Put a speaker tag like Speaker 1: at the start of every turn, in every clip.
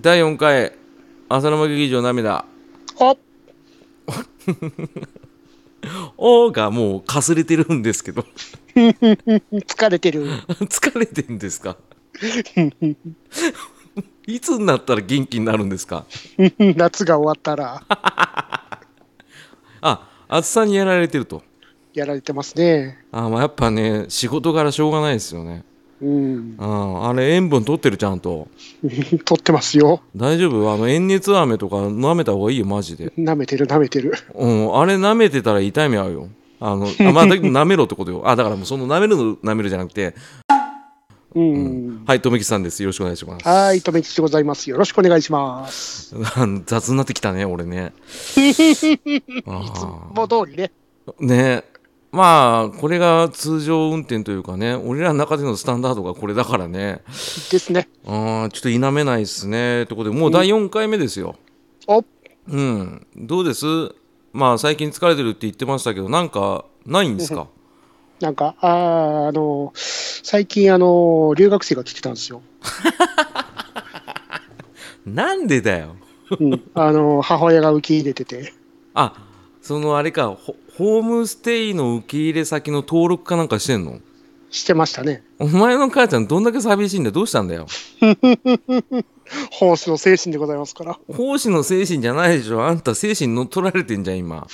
Speaker 1: 第4回浅沼劇場涙
Speaker 2: は
Speaker 1: おーがもうかすれてるんですけど
Speaker 2: 疲れてる。
Speaker 1: 疲れてんですか いつになったら元気になるんですか
Speaker 2: 夏が終わったら
Speaker 1: あ暑さにやられてると
Speaker 2: やられてますね。
Speaker 1: あーまあやっぱね仕事柄しょうがないですよね
Speaker 2: うん。
Speaker 1: うんあれ塩分取ってるちゃんと
Speaker 2: 取ってますよ。
Speaker 1: 大丈夫あの塩熱飴とか舐めた方がいいよマジで
Speaker 2: 舐めてる舐めてる。
Speaker 1: うん、あれ舐めてたら痛い目合うよ。あの、あまあ、だけど舐めろってことよ。あ、だからもうその舐めるの舐めるじゃなくて、
Speaker 2: うん。
Speaker 1: はい、とめきさんです。よろしくお願いします。
Speaker 2: はい、とめきちございます。よろしくお願いします。
Speaker 1: あの雑になってきたね、俺ね。あー
Speaker 2: もう通りね。
Speaker 1: ねまあ、これが通常運転というかね、俺らの中でのスタンダードがこれだからね、
Speaker 2: ですね。
Speaker 1: あーちょっと否めないですね。ということで、もう第4回目ですよ。
Speaker 2: お、
Speaker 1: うん、どうですまあ、最近疲れてるって言ってましたけど、なんか、ないんですか
Speaker 2: なんか、あーあの、最近、あの、留学生が来てたんですよ。
Speaker 1: なんでだよ。
Speaker 2: うん。あの、母親が受け入れてて。
Speaker 1: あそのあれかホホームステイの受け入れ先の登録かなんかしてんの
Speaker 2: してましたね。
Speaker 1: お前の母ちゃんどんだけ寂しいんだよどうしたんだよ
Speaker 2: 奉仕の精神でございますから。
Speaker 1: 奉仕の精神じゃないでしょあんた精神乗っ取られてんじゃん今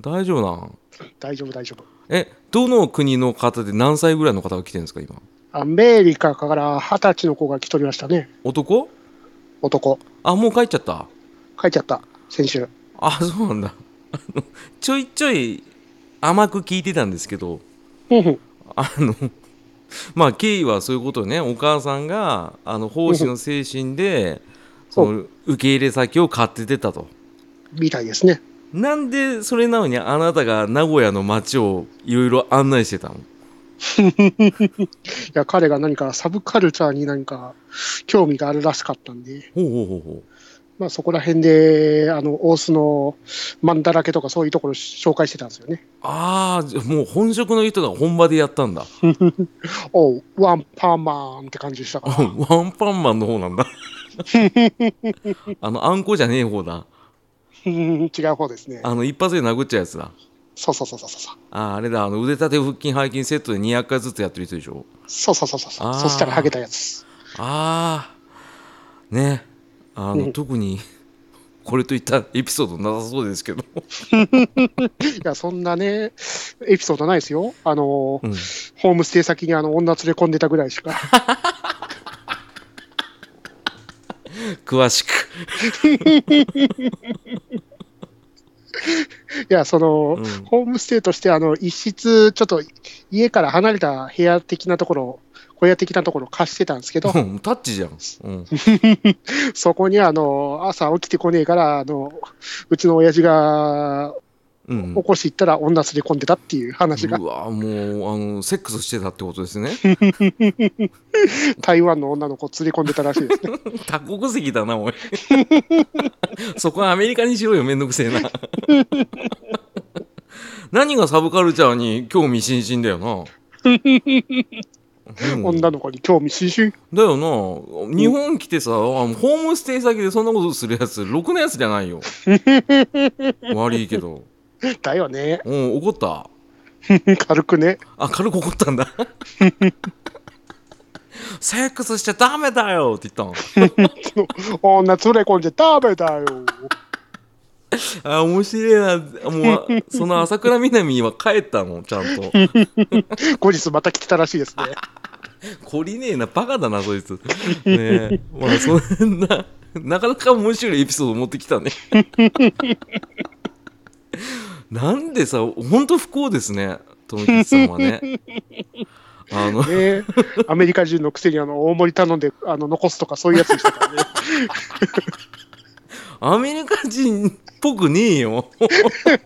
Speaker 1: 大丈夫なん
Speaker 2: 大丈夫、大丈夫。
Speaker 1: えどの国の方で何歳ぐらいの方が来てるんですか今
Speaker 2: アメリカから二十歳の子が来とりましたね。
Speaker 1: 男
Speaker 2: 男。
Speaker 1: あもう帰っちゃった
Speaker 2: 書いちゃった、先週。
Speaker 1: あそうなんだあのちょいちょい甘く聞いてたんですけど
Speaker 2: うんうん。
Speaker 1: あのまあ経緯はそういうことねお母さんがあの奉仕の精神で
Speaker 2: ほう
Speaker 1: その受け入れ先を買って出たと
Speaker 2: みたいですね。
Speaker 1: なんでそれなのにあなたが名古屋の街をいろいろ案内してたの
Speaker 2: いや、彼が何かサブカルチャーに何か興味があるらしかったんで、
Speaker 1: ほうほうほうほ
Speaker 2: まあそこら辺で、あの、大須のマンだらけとかそういうところ紹介してたんですよね。
Speaker 1: うああじゃあもう本職の人が本場でやったんだ
Speaker 2: おう、ワンパーマンって感じでしたから。
Speaker 1: ワンパンマンの方なんだ あのあんこじゃねえ方だ
Speaker 2: うん違う方ですね。
Speaker 1: あの一発で殴っちゃうやつだ
Speaker 2: そうそうそうそうそう。
Speaker 1: あーあれだあの腕立て腹筋背筋セットで200回ずつやってる人でしょ
Speaker 2: そうそうそうそ
Speaker 1: あー
Speaker 2: う。そしたらハゲたやつ。
Speaker 1: ああねあの、
Speaker 2: うん
Speaker 1: 特にこれといったエピソードなさそうですけど、
Speaker 2: いや、そんなね、エピソードないですよ。あの、
Speaker 1: うん
Speaker 2: ホームステイ先にあの女連れ込んでたぐらいしか。
Speaker 1: 詳しく、
Speaker 2: いや、その、
Speaker 1: うん
Speaker 2: ホームステイとして、あの、一室、ちょっと家から離れた部屋的なところ、小屋的なところを貸してたんで すけど、
Speaker 1: うんタッチじゃん、うん、
Speaker 2: そこにあの、朝起きてこねえから、あの、うちの親父が
Speaker 1: うん
Speaker 2: 起こし行ったら女連れ込んでたっていう話が
Speaker 1: う、わもうあのセックスしてたってことですね
Speaker 2: 台湾の女の子連れ込んでたらしいですね。
Speaker 1: 多国籍だなおい そこはアメリカにしろよめんどくせえな 何がサブカルチャーに興味津々だよ な、うん
Speaker 2: 女の子に興味津々。
Speaker 1: だよな日本来てさ、あホームステイ先でそんなことするやつろくなやつじゃないよ悪いけど、
Speaker 2: だよね。
Speaker 1: うん、怒った
Speaker 2: 軽くね。
Speaker 1: あ軽く怒ったんだセックスしちゃダメだよって言った
Speaker 2: 女連れ込んでダメだよ。
Speaker 1: のあ面白いなもうその朝倉みなみは帰ったのちゃんと
Speaker 2: 後日また来てたらしいですね。
Speaker 1: 懲りねえなバカだなそいつねえまあそんななかなか面白いエピソード持ってきたねなんでさ本当不幸ですね富吉さんはねあの
Speaker 2: ね、アメリカ人のくせにあの大盛り頼んであの残すとかそういうやつでしたからね。
Speaker 1: アメリカ人っぽくねえよ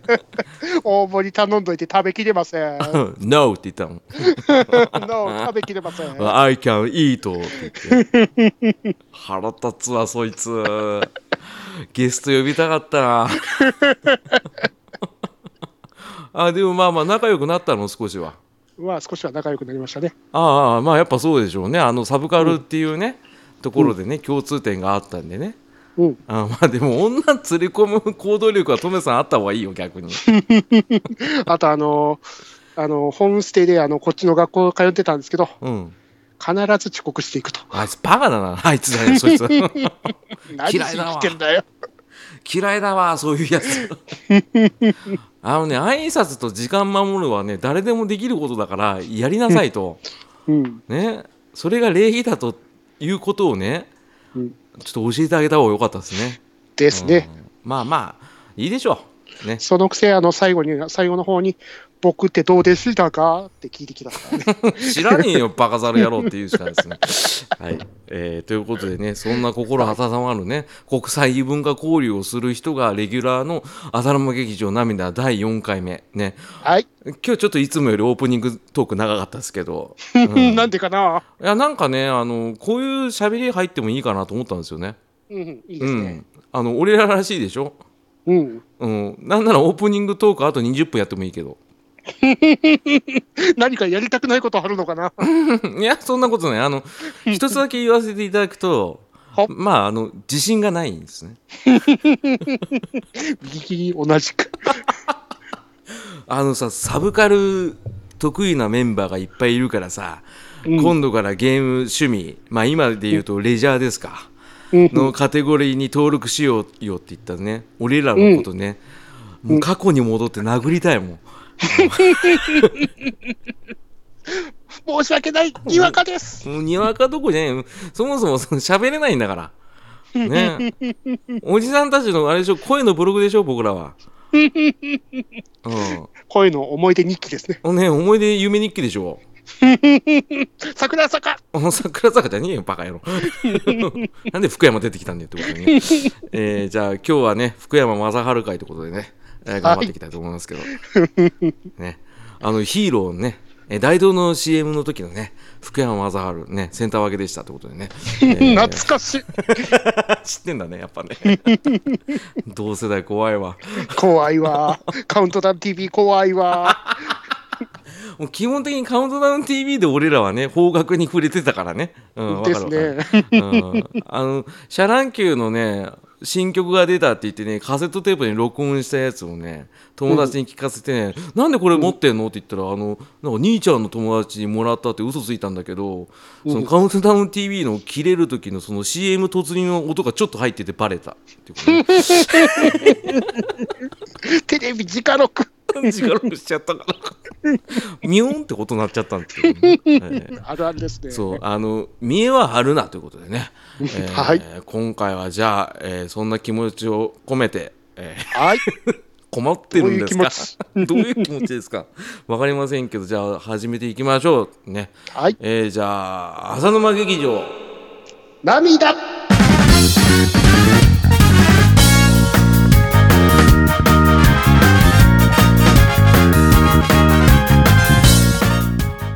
Speaker 2: 大盛り頼んどいて食べきれませ ん。no,
Speaker 1: No って言ったの
Speaker 2: 食べきれません。
Speaker 1: I can eat って言って腹立つわそいつゲスト呼びたかったな あでもまあまあ仲良くなったの少しは
Speaker 2: まあ少しは仲良くなりましたね。
Speaker 1: ああまあやっぱそうでしょうねあのサブカルっていうね、ところでね、共通点があったんでね
Speaker 2: うん。
Speaker 1: あまあでも女連れ込む行動力はトメさんあった方がいいよ逆に
Speaker 2: あと、あのーあのーホームステイで、あの、こっちの学校通ってたんですけど、
Speaker 1: うん
Speaker 2: 必ず遅刻していくと。
Speaker 1: あいつバカだなあいつだねそいつ
Speaker 2: 何し
Speaker 1: 嫌
Speaker 2: に
Speaker 1: いだわ
Speaker 2: 来てんだよ。
Speaker 1: 嫌いだわそういうや つあのね挨拶と時間守るはね誰でもできることだからやりなさいと
Speaker 2: うん。
Speaker 1: ねそれが礼儀だということをね
Speaker 2: うん
Speaker 1: ちょっと教えてあげた方が良かったですね
Speaker 2: ですね。
Speaker 1: うんまあまあいいでしょうね
Speaker 2: そのくせ、あの、最後に、最後の方に、僕ってどうでしたかって聞いてきたか らね。
Speaker 1: 知らねえ よ、バカザル野郎っていうしかないですね。はいえーということでね、そんな心温まるね、国際異文化交流をする人がレギュラーの浅沼劇場涙第4回目。ね、
Speaker 2: はい。
Speaker 1: 今日ちょっといつもよりオープニングトーク長かったですけど、うんい
Speaker 2: なんでかな
Speaker 1: やなんかねあの、こういう喋り入ってもいいかなと思ったんですよね。
Speaker 2: うん、いいで
Speaker 1: う
Speaker 2: すね。
Speaker 1: ん、あの俺ららしいでしょ、
Speaker 2: うん。
Speaker 1: うん、なんならオープニングトークあと20分やってもいいけど。
Speaker 2: 何かやりたくないことあるのかな
Speaker 1: いや、そんなことない。 あの、一つだけ言わせていただくと
Speaker 2: は、
Speaker 1: まあ、あの、自信がないんですね。
Speaker 2: 右同じく。
Speaker 1: あのさ、サブカル得意なメンバーがいっぱいいるからさ、今度からゲーム趣味、まあ今で言うとレジャーですか、
Speaker 2: うん
Speaker 1: のカテゴリーに登録しようよって言ったね、俺らのことね、もう過去に戻って殴りたいもん。
Speaker 2: 申し訳ないにわかです
Speaker 1: もうにわかどこじゃねえそもそもその喋れないんだから。ねえおじさんたちのあれでしょ、声のブログでしょ、僕ら は。うん。
Speaker 2: 声の思い出日記ですね。
Speaker 1: ね、思い出夢日記でしょ。
Speaker 2: 桜坂
Speaker 1: あ 桜坂じゃねえよ、バカ野郎。 なんで福山出てきたんだよってことでね。えーじゃあ今日はね、福山雅治会ということでね、えー頑張っていきたいと思いますけど。ね、あのヒーローのね、えー大道の CM の時のね、福山雅治ね、センター分けでしたってことでね。えー
Speaker 2: 懐かしい。
Speaker 1: 知ってんだね、やっぱね。 同世代怖いわ。
Speaker 2: 怖 いわ。カウントダウン TV 怖い わ。
Speaker 1: もう基本的にカウントダウン TV で俺らはね、方角に触れてたからね。うん、わか
Speaker 2: で
Speaker 1: る
Speaker 2: す
Speaker 1: わかる。
Speaker 2: ね。
Speaker 1: うんあの、シャラン Q のね、新曲が出たって言ってね、カセットテープに録音したやつをね、友達に聞かせてね、なんでこれ持ってんのって言ったら、あの、なんか兄ちゃんの友達にもらったって嘘ついたんだけど、そのカウントダウン TV の切れる時のその CM 突入の音がちょっと入っててバレたっていうことね。
Speaker 2: テレビ直録。
Speaker 1: 力をしちゃったから。ミューンってことになっちゃったんですけどね、ええ
Speaker 2: あるあるですね。
Speaker 1: そう、あの、見えは張るなということで ね。えー
Speaker 2: はい
Speaker 1: 今回はじゃあ、えーそんな気持ちを込めて、えー
Speaker 2: はい。
Speaker 1: 困ってるんですか
Speaker 2: ど
Speaker 1: どういう気持ちですかわかりませんけど、じゃあ始めていきましょう。ね。
Speaker 2: はい。
Speaker 1: えーじゃあ、浅沼劇場。
Speaker 2: 涙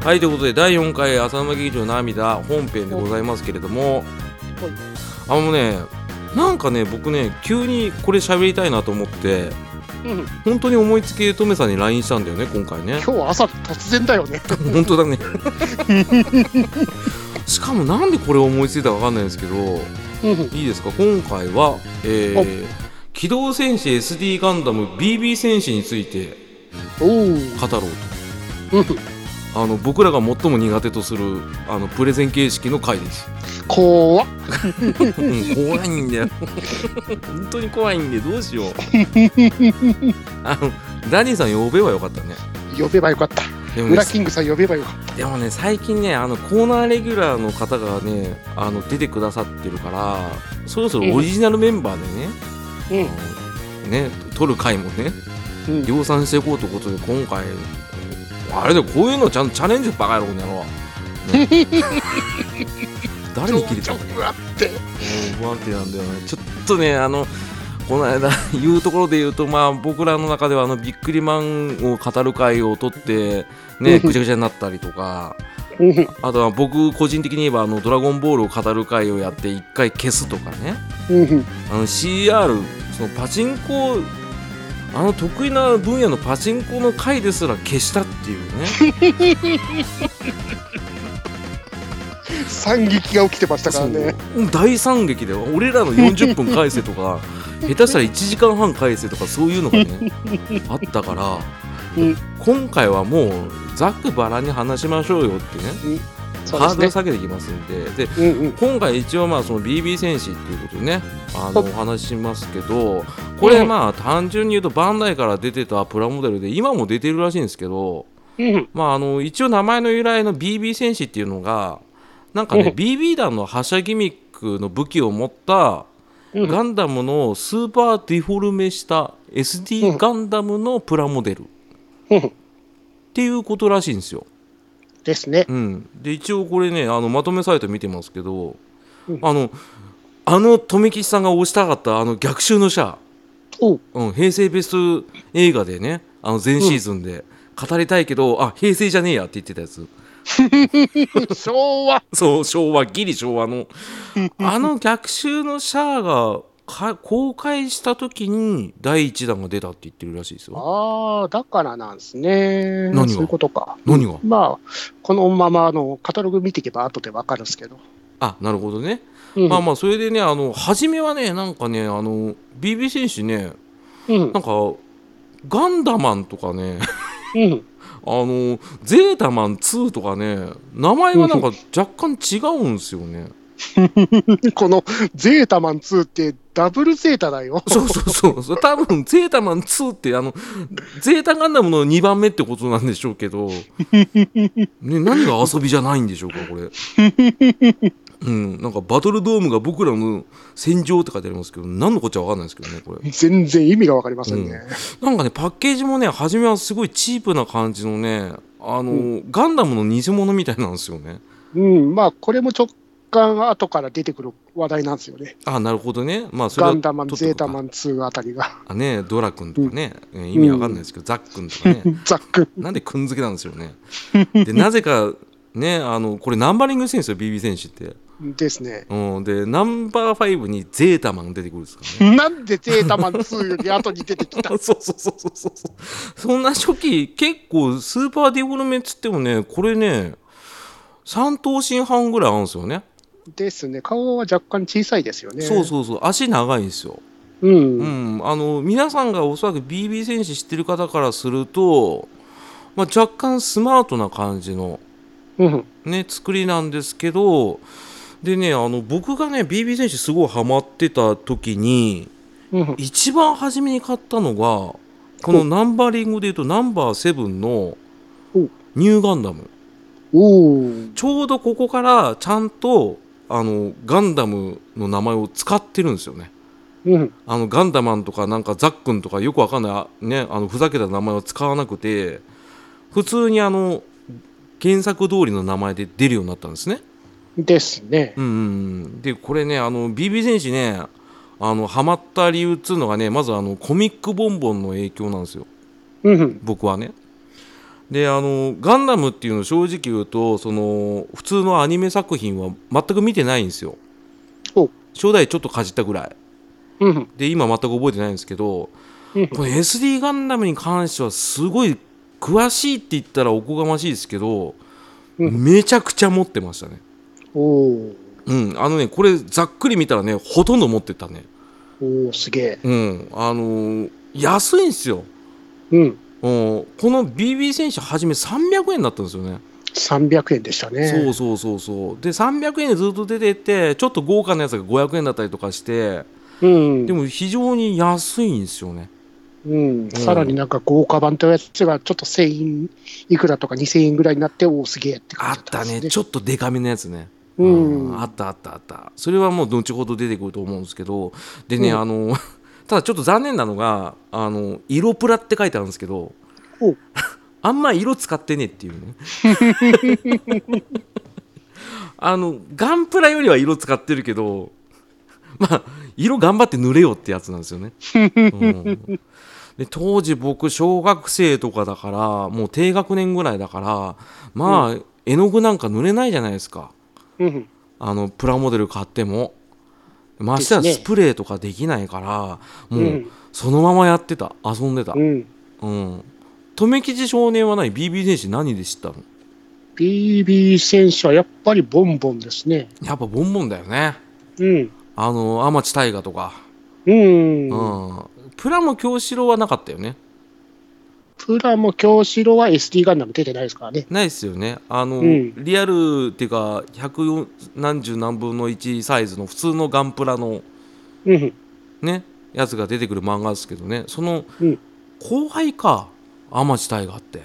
Speaker 1: はい、ということで、第4回浅沼劇場涙本編でございますけれども、あのね、なんかね、僕ね、急にこれ喋りたいなと思って、
Speaker 2: うん
Speaker 1: 本当に思いつきでトメさんに LINE したんだよね今回ね
Speaker 2: 今日朝突然だよね。
Speaker 1: 本当だね しかもなんでこれ思いついたかわかんないんですけど
Speaker 2: うん
Speaker 1: いいですか今回は、えー機動戦士 SD ガンダム BB 戦士について
Speaker 2: お
Speaker 1: 語ろう
Speaker 2: お。
Speaker 1: とあの僕らが最も苦手とするあのプレゼン形式の回です
Speaker 2: 怖っ。
Speaker 1: うん怖いんだよ本当に怖いんでどうし ようあのダニーさん呼べばよかったね
Speaker 2: 呼べばよかった。
Speaker 1: でもね
Speaker 2: 裏キングさん呼べばよかっ
Speaker 1: でもね最近ねあのコーナーレギュラーの方がねあの出てくださってるからそろそろオリジナルメンバーでね,、
Speaker 2: た。うん
Speaker 1: ね取る回もね
Speaker 2: うん。
Speaker 1: 量産していこうということで今回あれでこういうのちゃんとチャレンジバカ野郎この野郎、ね誰に切れた
Speaker 2: 情
Speaker 1: のね
Speaker 2: 緒があって。
Speaker 1: 不安定なんだよねちょっとねあのこの間 言うところで言うとまあ僕らの中ではあのビックリマンを語る回を取ってねぐちゃぐちゃになったりとか。
Speaker 2: うん
Speaker 1: あとは僕個人的に言えばあの「ドラゴンボール」を語る回をやって1回消すとかね
Speaker 2: うん。
Speaker 1: あの CR そのパチンコあの得意な分野のパチンコの回ですら消したっていうね
Speaker 2: 惨劇が起きてましたからね。
Speaker 1: そう大惨劇で俺らの40分返せと か下手したら1時間半返せとかそういうのがねあったから、
Speaker 2: うん
Speaker 1: 今回はもうざっくばらんに話しましょうよってね
Speaker 2: そう
Speaker 1: ハー
Speaker 2: です
Speaker 1: ドル
Speaker 2: ね。
Speaker 1: 下げていきますんでで
Speaker 2: うんうん。
Speaker 1: 今回一応まあその BB 戦士っていうことでねあの
Speaker 2: そ
Speaker 1: お
Speaker 2: う
Speaker 1: 話ししますけどこれ
Speaker 2: うん
Speaker 1: まあ単純に言うとバンダイから出てたプラモデルで今も出てるらしいんですけど
Speaker 2: うん
Speaker 1: まあ、あの一応名前の由来の BB 戦士っていうのがなんかね、
Speaker 2: うん
Speaker 1: BB 弾の発射ギミックの武器を持った
Speaker 2: うん
Speaker 1: ガンダムのスーパーディフォルメした SD ガンダムのプラモデルっ
Speaker 2: うん。
Speaker 1: ていうことらしいんですよ。
Speaker 2: ですね。
Speaker 1: うん、で一応これねあのまとめサイト見てますけど、
Speaker 2: うん
Speaker 1: あのあの留吉さんが推したかったあの逆襲の射
Speaker 2: おう。
Speaker 1: うん、平成ベスト映画でねあの前シーズンで語りたいけど、あ平成じゃねえやって言ってたやつ
Speaker 2: 昭和。
Speaker 1: そう昭和ギリ昭和のあの逆襲のシャアがか公開した時に第1弾が出たって言ってるらしいですよ
Speaker 2: ああ、だからなんですね。
Speaker 1: 何が
Speaker 2: そういうことか。
Speaker 1: 何が
Speaker 2: まあ、このままあのカタログ見ていけば後でわかるんですけど。
Speaker 1: あなるほどね、
Speaker 2: うん
Speaker 1: まあまあそれでねあの初めはねなんかねあの BB 選手ね
Speaker 2: うん
Speaker 1: なんかガンダマンとかね
Speaker 2: うん。
Speaker 1: あのゼータマン2とかね名前がなんか若干違うんですよね
Speaker 2: このゼータマン2ってダブルゼータだよ。
Speaker 1: そうそうそうそう 多分ゼータマン2ってあのゼータガンダムの2番目ってことなんでしょうけ ど、ね、何が遊びじゃないんでしょうかこ れうんなんかバトルドームが僕らの戦場って書いてありますけど何のこっちゃわかんないですけどねこれ
Speaker 2: 全然意味がわかりませんね。
Speaker 1: なんかねパッケージもね初めはすごいチープな感じのねあの、ガンダムの偽物みたいなんですよね
Speaker 2: うん、まあ、これも直感後から出てくる話題なんですよね。
Speaker 1: あなるほどねまあそれ
Speaker 2: ガ
Speaker 1: は
Speaker 2: ンダマン、
Speaker 1: 取っ
Speaker 2: ゼー
Speaker 1: とくか
Speaker 2: タマン2あたりが。
Speaker 1: あねドラ君とかね、えー意味わかんないですけど、ザックンとかね
Speaker 2: ざっく
Speaker 1: なんでくんづけなんですよね。でなぜかねあのこれナンバリングしてるんですよ BB 選手って。
Speaker 2: んですね。
Speaker 1: うん、でナンバー5にゼータマン出てくるんですからね。
Speaker 2: なんでゼータマン2より後に出てきた
Speaker 1: そうそうそうそうそうそうそんな初期結構スーパーディフォルメっつってもねこれね3頭身半ぐらいあるんですよね、
Speaker 2: ですね。顔は若干小さいですよね。
Speaker 1: そうそうそう足長いんですよ、
Speaker 2: う。うん。
Speaker 1: うん、あの皆さんがおそらく BB 選手知ってる方からすると、まあ、若干スマートな感じの
Speaker 2: うん。
Speaker 1: ね、作りなんですけどでねあの僕がね BB 選手すごいハマってた時に
Speaker 2: うん。
Speaker 1: 一番初めに買ったのがこの
Speaker 2: お
Speaker 1: ナンバリングでいうとナンバー7の
Speaker 2: お
Speaker 1: ニューガンダム
Speaker 2: おー
Speaker 1: ちょうどここからちゃんとあのガンダムの名前を使ってるんですよね。
Speaker 2: うん。
Speaker 1: あのガンダマンとかなんかザックンとかよくわかんないあねあのふざけた名前を使わなくて普通にあの原作通りの名前で出るようになったんですね。
Speaker 2: ですね。
Speaker 1: うんうんうん、でこれねあの BB 戦士ねあのハマった理由っつうのがねまずあのコミックボンボンの影響なんですよ
Speaker 2: うん。
Speaker 1: 僕はね。であのガンダムっていうの正直言うとその普通のアニメ作品は全く見てないんですよ
Speaker 2: お。
Speaker 1: 初代ちょっとかじったぐらい
Speaker 2: うん。
Speaker 1: で今全く覚えてないんですけど
Speaker 2: うん
Speaker 1: これ SD ガンダムに関してはすごい詳しいって言ったらおこがましいですけど
Speaker 2: うん
Speaker 1: めちゃくちゃ持ってましたね。
Speaker 2: おー
Speaker 1: うん、あのねこれざっくり見たらねほとんど持ってたね
Speaker 2: おーすげえ。
Speaker 1: うんあのー安いんですよ、
Speaker 2: うん。
Speaker 1: うん、この BB 選手はじめ300円だったんですよね、
Speaker 2: 300円でしたね。
Speaker 1: そうそうそうそうで300円でずっと出てってちょっと豪華なやつが500円だったりとかして
Speaker 2: うん。
Speaker 1: でも非常に安いんですよね
Speaker 2: うん、さらになんか豪華版というやつがちょっと1000円いくらとか2000円ぐらいになって、おお、すげえって
Speaker 1: あ
Speaker 2: 感
Speaker 1: っ
Speaker 2: じだった
Speaker 1: た
Speaker 2: んです、
Speaker 1: ね
Speaker 2: ね。
Speaker 1: ちょっとデカめのやつね
Speaker 2: うん
Speaker 1: あったあったあったそれはもう後ほど出てくると思うんですけどでね、
Speaker 2: うん
Speaker 1: あの ただちょっと残念なのが「あの色プラ」って書いてあるんですけど
Speaker 2: お
Speaker 1: あんま色使ってねえっていうね あのガンプラよりは色使ってるけどまあ色頑張って塗れよってやつなんですよね、うんで当時僕小学生とかだからもう低学年ぐらいだからまあ、絵の具なんか塗れないじゃないですか
Speaker 2: うん、
Speaker 1: あのプラモデル買ってもましてや
Speaker 2: です
Speaker 1: ス
Speaker 2: ね
Speaker 1: プレーとかできないから、
Speaker 2: う
Speaker 1: もうんそのままやってた遊んでた
Speaker 2: うん
Speaker 1: うん留吉少年はない BB 戦士何で知ったの
Speaker 2: BB 選手はやっぱりボンボンですね。
Speaker 1: やっぱボンボンだよね
Speaker 2: うん。
Speaker 1: あの天地大河とか、
Speaker 2: うん。
Speaker 1: うん、プラも京四郎はなかったよね
Speaker 2: プラも京四郎は SD ガンダム出てないですからね。
Speaker 1: ないですよねあの、
Speaker 2: うん
Speaker 1: リアルっていうか1何十何分の1サイズの普通のガンプラの
Speaker 2: うん。
Speaker 1: ねやつが出てくる漫画ですけどねその、
Speaker 2: うん
Speaker 1: 後輩か天地大河って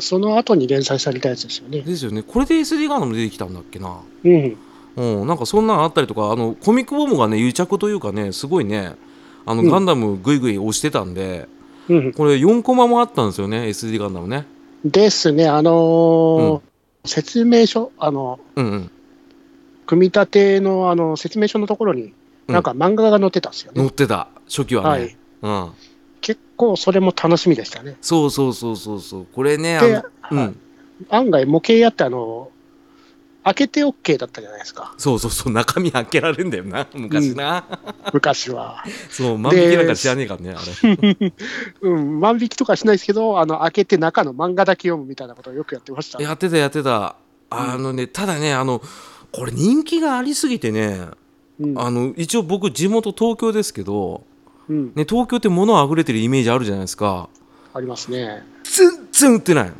Speaker 2: その後に連載されたやつですよね。
Speaker 1: ですよねこれで SD ガンダム出てきたんだっけな
Speaker 2: うん。
Speaker 1: うん、なんかそんなのあったりとかあのコミックボムがね癒着というかねすごいねあの
Speaker 2: うん
Speaker 1: ガンダムぐいぐい押してたんで、
Speaker 2: うん。
Speaker 1: これ4コマもあったんですよね SD ガンダムね
Speaker 2: ですね。あのー
Speaker 1: うん
Speaker 2: 説明書、あの、
Speaker 1: うんうん
Speaker 2: 組み立てのあの説明書のところに、
Speaker 1: うん
Speaker 2: なんか漫画が載ってたんですよね。
Speaker 1: 乗ってた初期は
Speaker 2: は
Speaker 1: ね、
Speaker 2: い。
Speaker 1: うん、
Speaker 2: 結構それも楽しみでしたね。
Speaker 1: そうそうそうそうそうこれねあ
Speaker 2: で、
Speaker 1: の、
Speaker 2: は
Speaker 1: う
Speaker 2: い
Speaker 1: ん、
Speaker 2: 案外模型屋ってあの、開けて OK だったじゃないですか、
Speaker 1: そうそうそう中身開けられるんだよな昔な、
Speaker 2: 昔は。
Speaker 1: そう万引きなんか知らねえからねあれ
Speaker 2: うん、万引きとかしないですけど、あの、開けて中の漫画だけ読むみたいなことをよくやってま した。
Speaker 1: やってたやってたあのねただねあのこれ人気がありすぎてね
Speaker 2: うん、
Speaker 1: あの一応僕地元東京ですけど
Speaker 2: うん、
Speaker 1: ね、東京って物あふれてるイメージあるじゃないですか
Speaker 2: ありますね。
Speaker 1: 全然売ってない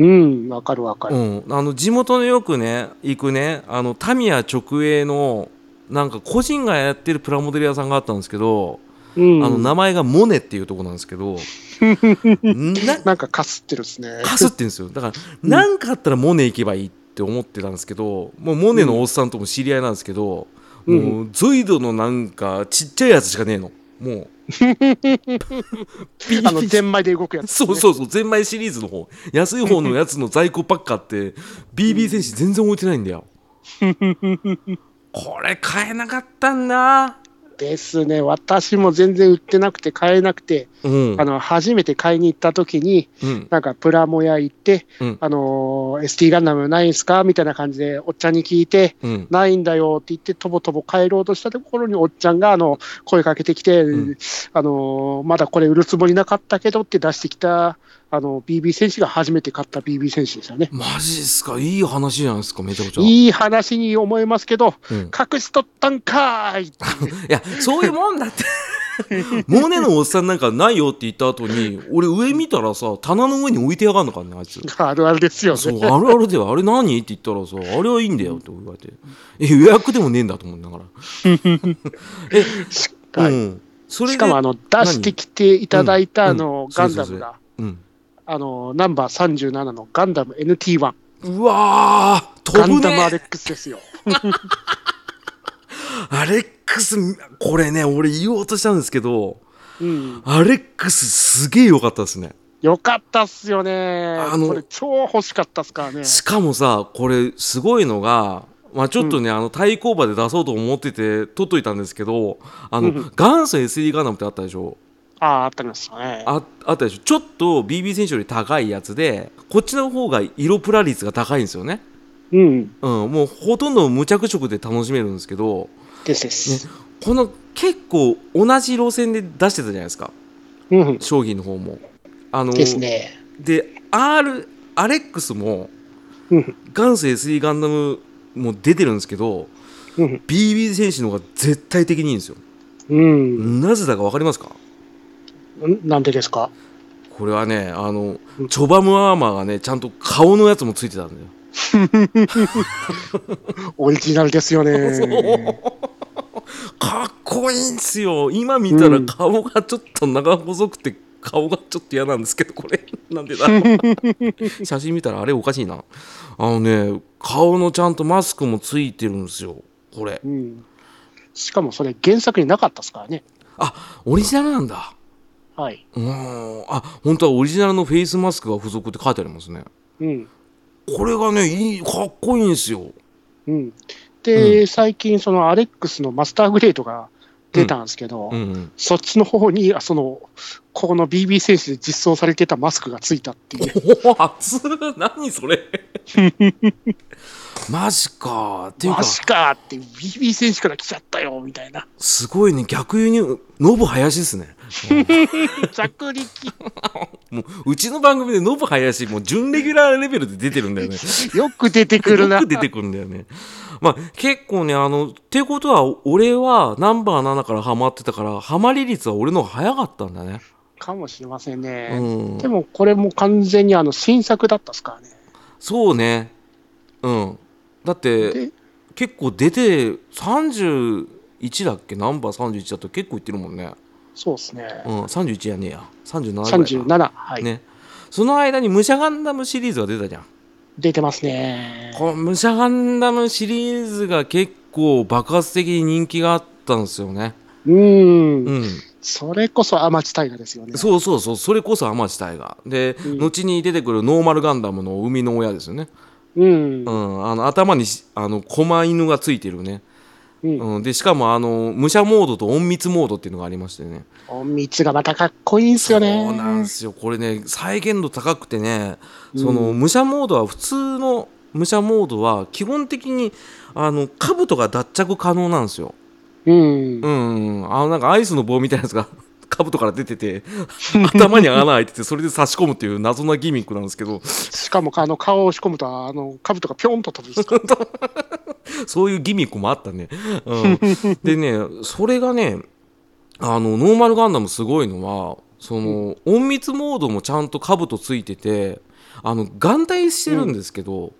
Speaker 1: の、
Speaker 2: うん、わかるわかる。
Speaker 1: うん、あの地元のよくね行くねあのタミヤ直営のなんか個人がやってるプラモデル屋さんがあったんですけど、
Speaker 2: うん、
Speaker 1: あの名前がモネっていうとこなんですけ どな
Speaker 2: なんかかすってるですね。
Speaker 1: かすってんですよだから何かあったらモネ行けばいいって思ってたんですけどもうモネのおっさんとも知り合いなんですけど、
Speaker 2: うん
Speaker 1: もうゾイドのなんかちっちゃいやつしかねえの もうピリピリ
Speaker 2: あの、ゼンマイで動くやつ、
Speaker 1: そうそうそう、ゼンマイシリーズの方、安い方のやつの在庫ばっかあって、BB 戦士全然置いてないん だよ。これ買えなかったんだ。
Speaker 2: ですね。私も全然売ってなくて、買えなくて、
Speaker 1: うん
Speaker 2: あ。の、初めて買いに行った時に、
Speaker 1: うん。
Speaker 2: なんかプラモ屋行って、
Speaker 1: うん
Speaker 2: あのー、ST ガンダムないんすかみたいな感じで、おっちゃんに聞いて、
Speaker 1: うん。
Speaker 2: ないんだよって言って、とぼとぼ帰ろうとしたところに、おっちゃんがあの声かけてきて、
Speaker 1: うん
Speaker 2: あのーまだこれ売るつもりなかったけどって出してきた、あの BB 選手が初めて買った BB 選手ですよね。
Speaker 1: マジっすか、いい話じゃないですか、めちゃくちゃ。
Speaker 2: いい話に思えますけど、
Speaker 1: うんい
Speaker 2: 隠しとったんかーいっていうね
Speaker 1: や、そういうもんだって。 モネのおっさんなんかないよって言った後に、俺上見たらさ、棚の上に置いてやがんのかね、あいつ。
Speaker 2: あるあるですよ
Speaker 1: そう、
Speaker 2: ね。
Speaker 1: あるあるでは、あれ何って言ったらさ、あれはいいんだよって言われて。え、予約でもねえんだと思いながら。
Speaker 2: は
Speaker 1: う
Speaker 2: い
Speaker 1: ん。それ
Speaker 2: し
Speaker 1: で
Speaker 2: かもあの出してきていただいた
Speaker 1: うん
Speaker 2: あの
Speaker 1: うん
Speaker 2: ガンダ
Speaker 1: そうそう
Speaker 2: ム
Speaker 1: そう
Speaker 2: が、
Speaker 1: うん。
Speaker 2: あのナンバー37のガンダム NT1、
Speaker 1: うわー、
Speaker 2: ガ
Speaker 1: 飛
Speaker 2: ン
Speaker 1: ぶ
Speaker 2: ダムア
Speaker 1: ね。
Speaker 2: レックスですよ。
Speaker 1: アレックス、これね、俺言おうとしたんですけど、
Speaker 2: うん、
Speaker 1: アレックスすげえ良かったですね。
Speaker 2: よかったっすよね
Speaker 1: あの。
Speaker 2: これ超欲しかったっすからね。
Speaker 1: しかもさ、これすごいのが、まあちょっとね、あの対抗馬で出そうと思ってて、取っといたんですけど、あの、
Speaker 2: うん
Speaker 1: 元祖 SD ガンダムってあったでしょ
Speaker 2: ああ、あったんですよね。
Speaker 1: ああったでしょちょっと BB 選手より高いやつで、こっちの方が色プラ率が高いんですよね。
Speaker 2: うん。
Speaker 1: うん、もうほとんど無着色で楽しめるんですけど、
Speaker 2: ですです。
Speaker 1: この結構同じ路線で出してたじゃないですか。
Speaker 2: うん。
Speaker 1: 商品の方も。あの
Speaker 2: ですね。
Speaker 1: で R アレックスも
Speaker 2: うん。
Speaker 1: 元祖 SE ガンダムも出てるんですけど
Speaker 2: うん。
Speaker 1: BB 戦士の方が絶対的にいいんですよ
Speaker 2: うん。
Speaker 1: なぜだか分かりますか
Speaker 2: なんでですか
Speaker 1: これはねあの
Speaker 2: うん
Speaker 1: チョバムアーマーがねちゃんと顔のやつもついてたんだよ
Speaker 2: オリジナルですよ ね。
Speaker 1: そうかっこいいんですよ今見たら
Speaker 2: うん
Speaker 1: 顔がちょっと長細くて顔がちょっと嫌なんですけどこれなんでだ 写真見たらあれおかしいなあのね顔のちゃんとマスクもついてるんですよこれ
Speaker 2: うん。しかもそれ原作になかったですからね。
Speaker 1: あオリジナルなんだ
Speaker 2: はい。
Speaker 1: うーんあ本当はオリジナルのフェイスマスクが付属って書いてありますね
Speaker 2: うん。
Speaker 1: これがねいいかっこいいんですよ
Speaker 2: うん。で、最近そのアレックスのマスターグレードが出たんですけ ど、
Speaker 1: うん、
Speaker 2: そっちの方に、あその、この BB 選手で実装されてたマスクがついたっていう。
Speaker 1: お熱っ何 それマジかっていうか
Speaker 2: マジかって、BB 選手から来ちゃったよ、みたいな。
Speaker 1: すごいね逆輸入ノブ林ですね
Speaker 2: 着陸。
Speaker 1: もううちの番組でノブ林もう準レギュラーレベルで出てるんだよね
Speaker 2: よく出てくるな
Speaker 1: よく。出てくるんだよね。まあ結構ね、あの、ってことは、俺はナンバー7からハマってたから、ハマり率は俺の方が早かったんだね。
Speaker 2: かもしれませ
Speaker 1: う
Speaker 2: んね。
Speaker 1: ん
Speaker 2: で。も、これも完全にあの、新作だったっすからね。
Speaker 1: そうね。うん。だって、
Speaker 2: で、
Speaker 1: 結構出て、31だっけナンバー31だと結構いってるもんね。
Speaker 2: そうですね
Speaker 1: う。ん、31やねえや。37ぐらいか
Speaker 2: 37、はい。
Speaker 1: ね。その間に武者ガンダムシリーズが出たじゃん。
Speaker 2: 出てますね。
Speaker 1: この武者ガンダムシリーズが結構爆発的に人気があったんですよね。
Speaker 2: うー。
Speaker 1: うんん。
Speaker 2: それこそアマチ大河ですよね。
Speaker 1: そうそうそう、それこそ天地大河。で、
Speaker 2: うん
Speaker 1: 後に出てくるノーマルガンダムの生みの親ですよね。
Speaker 2: う。ん
Speaker 1: う。ん、あの頭にしあの狛犬がついてるね。
Speaker 2: うん。
Speaker 1: うん、で、しかもあの武者モードと隠密モードっていうのがありましてね。
Speaker 2: 隠密がまたかっこいいんすよね。
Speaker 1: そうなんですよ。これね、再現度高くてね、その、
Speaker 2: う
Speaker 1: 武者モードは普通の武者モードは基本的にあの兜が脱着可能なんですよ。
Speaker 2: うん
Speaker 1: う。ん、あのなんかアイスの棒みたいなやつが 兜から出てて 頭に穴開いててそれで差し込むっていう謎なギミックなんですけど
Speaker 2: しかも、あの、顔を押し込むと、あの、兜がぴょんと飛ぶんですから。
Speaker 1: そういうギミックもあったね。うん、でね、それがね、あの、ノーマルガンダムすごいのは、その、隠密モードもちゃんと兜ついてて、あの、眼帯してるんですけど、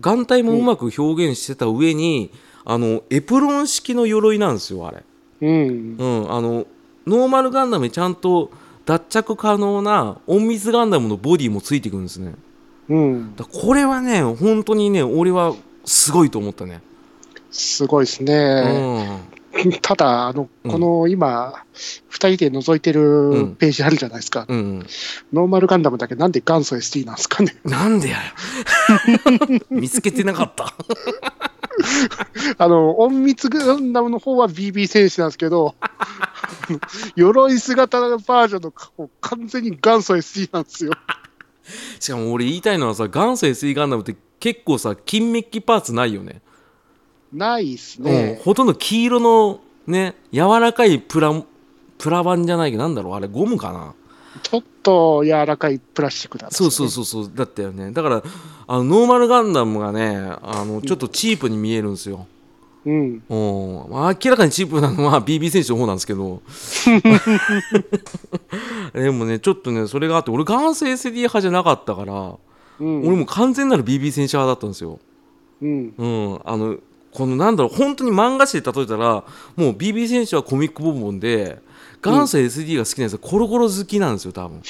Speaker 1: 眼帯もうまく表現してた上に、あの、エプロン式の鎧なんですよ、あれ。
Speaker 2: うん。
Speaker 1: うん、あの、ノーマルガンダムにちゃんと脱着可能な隠密ガンダムのボディもついてくるんですね。
Speaker 2: うん。
Speaker 1: だからこれはね、本当にね、俺はすごいと思ったね。
Speaker 2: すごいですね。
Speaker 1: うん。
Speaker 2: ただ、あの、
Speaker 1: うん
Speaker 2: この今、二人で覗いて
Speaker 1: うん
Speaker 2: るページあるじゃないですか。
Speaker 1: うん、
Speaker 2: ノーマルガンダムだけなんで元祖 ST なんですかね。
Speaker 1: なんでやよ 見つけてなかった
Speaker 2: あの、隠密ガンダムの方は BB 戦士なんですけど、 あの鎧姿バージョンの顔完全に元祖 ST なんですよ。
Speaker 1: しかも俺言いたいのはさ元祖 SE ガンダムって結構さ金メッキパーツないよね、
Speaker 2: ないっす
Speaker 1: うん、
Speaker 2: ね。
Speaker 1: ほとんど黄色のね柔らかいプラプラ板じゃないけどなんだろうあれゴムかな
Speaker 2: ちょっと柔らかいプラスチックだったっす
Speaker 1: そ
Speaker 2: ね、
Speaker 1: うそうそうそうだったよねだからあのノーマルガンダムがねあのちょっとチープに見えるんですよ、
Speaker 2: う。うん。
Speaker 1: うん、明らかにチープなのは BB 選手の方なんですけ どでもねちょっとねそれがあって俺元祖 SD 派じゃなかったから
Speaker 2: うん。
Speaker 1: 俺も完全なる BB 戦車派だったんですよ。
Speaker 2: うん。
Speaker 1: うん、あのこのなんだろう本当に漫画誌で例えたらもう BB 戦車はコミックボンボンで元祖 SD が好きなやつはコロコロ好きなんですよ多分。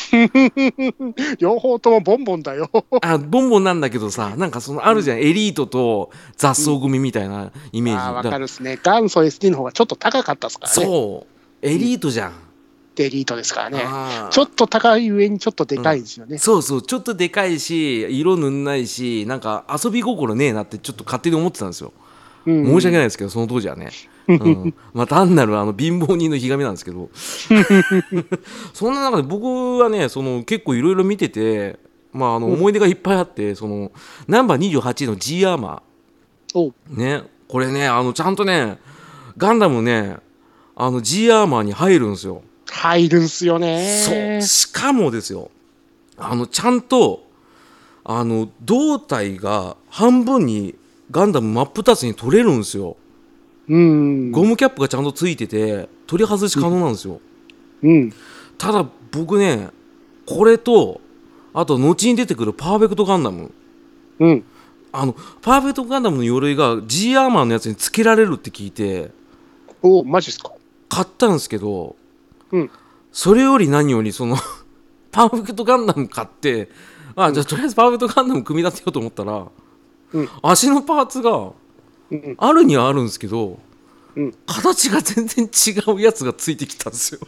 Speaker 2: 両方ともボンボンだよ。
Speaker 1: あボンボンなんだけどさなんかそのあるじゃん、エリートと雑草組みたいなイメージ。
Speaker 2: ああ、わ
Speaker 1: だ
Speaker 2: かるっすね。元祖 SD の方がちょっと高かったっすからね。
Speaker 1: そうエリートじゃん。
Speaker 2: デリートですからね。
Speaker 1: あー
Speaker 2: ちょっと高い上にちょっとでかいんですよね。
Speaker 1: そうそうちょっとでかいし色塗んないしなんか遊び心ねえなってちょっと勝手に思ってたんですよ。
Speaker 2: うん
Speaker 1: 申し訳ないですけどその当時はね、うん、まあ単なるあの貧乏人のひがみなんですけ どそんな中で僕はねその結構いろいろ見てて、まあ、あの思い出がいっぱいあってそのナンバー28の G アーマ
Speaker 2: おう
Speaker 1: ーねこれねあのちゃんとねガンダムねあの G アーマーに入るんですよ、
Speaker 2: 入るんすよ
Speaker 1: そ
Speaker 2: ね
Speaker 1: う。しかもですよあのちゃんとあの胴体が半分にガンダム真っ二つに取れるんですよ
Speaker 2: うん。
Speaker 1: ゴムキャップがちゃんとついてて取り外し可能なんですよ、
Speaker 2: うん。
Speaker 1: ただ僕ねこれとあと後に出てくるパーフェクトガンダム
Speaker 2: うん。
Speaker 1: あのパーフェクトガンダムの鎧が G アーマーのやつにつけられるって聞いて
Speaker 2: おお、マジっすか。
Speaker 1: 買ったんですけど、
Speaker 2: うん
Speaker 1: それより何よりその パーフェクトガンダム買ってあじゃあとりあえずパーフェクトガンダム組み立てようと思ったら、
Speaker 2: うん
Speaker 1: 足のパーツが
Speaker 2: うん。
Speaker 1: あるにはあるんですけど、
Speaker 2: うん
Speaker 1: 形が全然違うやつがついてきたんです よ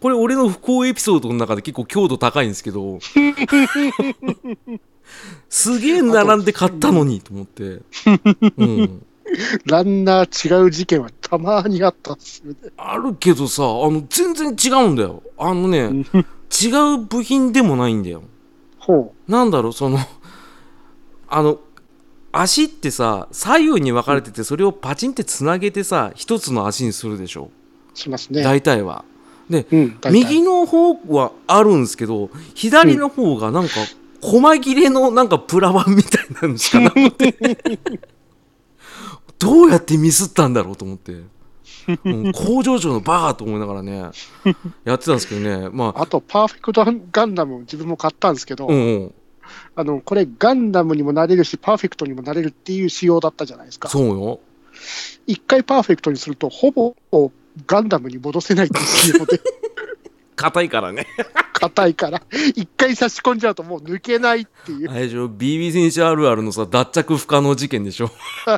Speaker 1: これ俺の不幸エピソードの中で結構強度高いんですけ ど すげえ並んで買ったのにと思って、うん、
Speaker 2: ランナー違う事件はたまにあったんですよね。
Speaker 1: あるけどさあの全然違うんだよあのね違う部品でもないんだよ
Speaker 2: ほ
Speaker 1: なんだろうそのあの足ってさ左右に分かれててそれをパチンってつなげてさ一つの足にするでしょ
Speaker 2: う、しますね。
Speaker 1: 大体はで
Speaker 2: うん、大体
Speaker 1: 右の方はあるんですけど左の方がなんか細切れのなんかプラ板みたいなのしかなくて どうやってミスったんだろうと思ってもう工場長のバカと思いながらねやってたんですけどねまあ
Speaker 2: あと、パーフェクトガンダム、自分も買ったんですけど、
Speaker 1: うんうん
Speaker 2: あの、これ、ガンダムにもなれるし、パーフェクトにもなれるっていう仕様だったじゃないですか。
Speaker 1: そうよ
Speaker 2: 一回パーフェクトにすると、ほぼガンダムに戻せないっていう仕様で、
Speaker 1: 硬いからね
Speaker 2: 硬いから、一回差し込んじゃうともう抜けないっていう、
Speaker 1: あれでしょ BB 選手あるあるのさ脱着不可能事件でしょ
Speaker 2: あ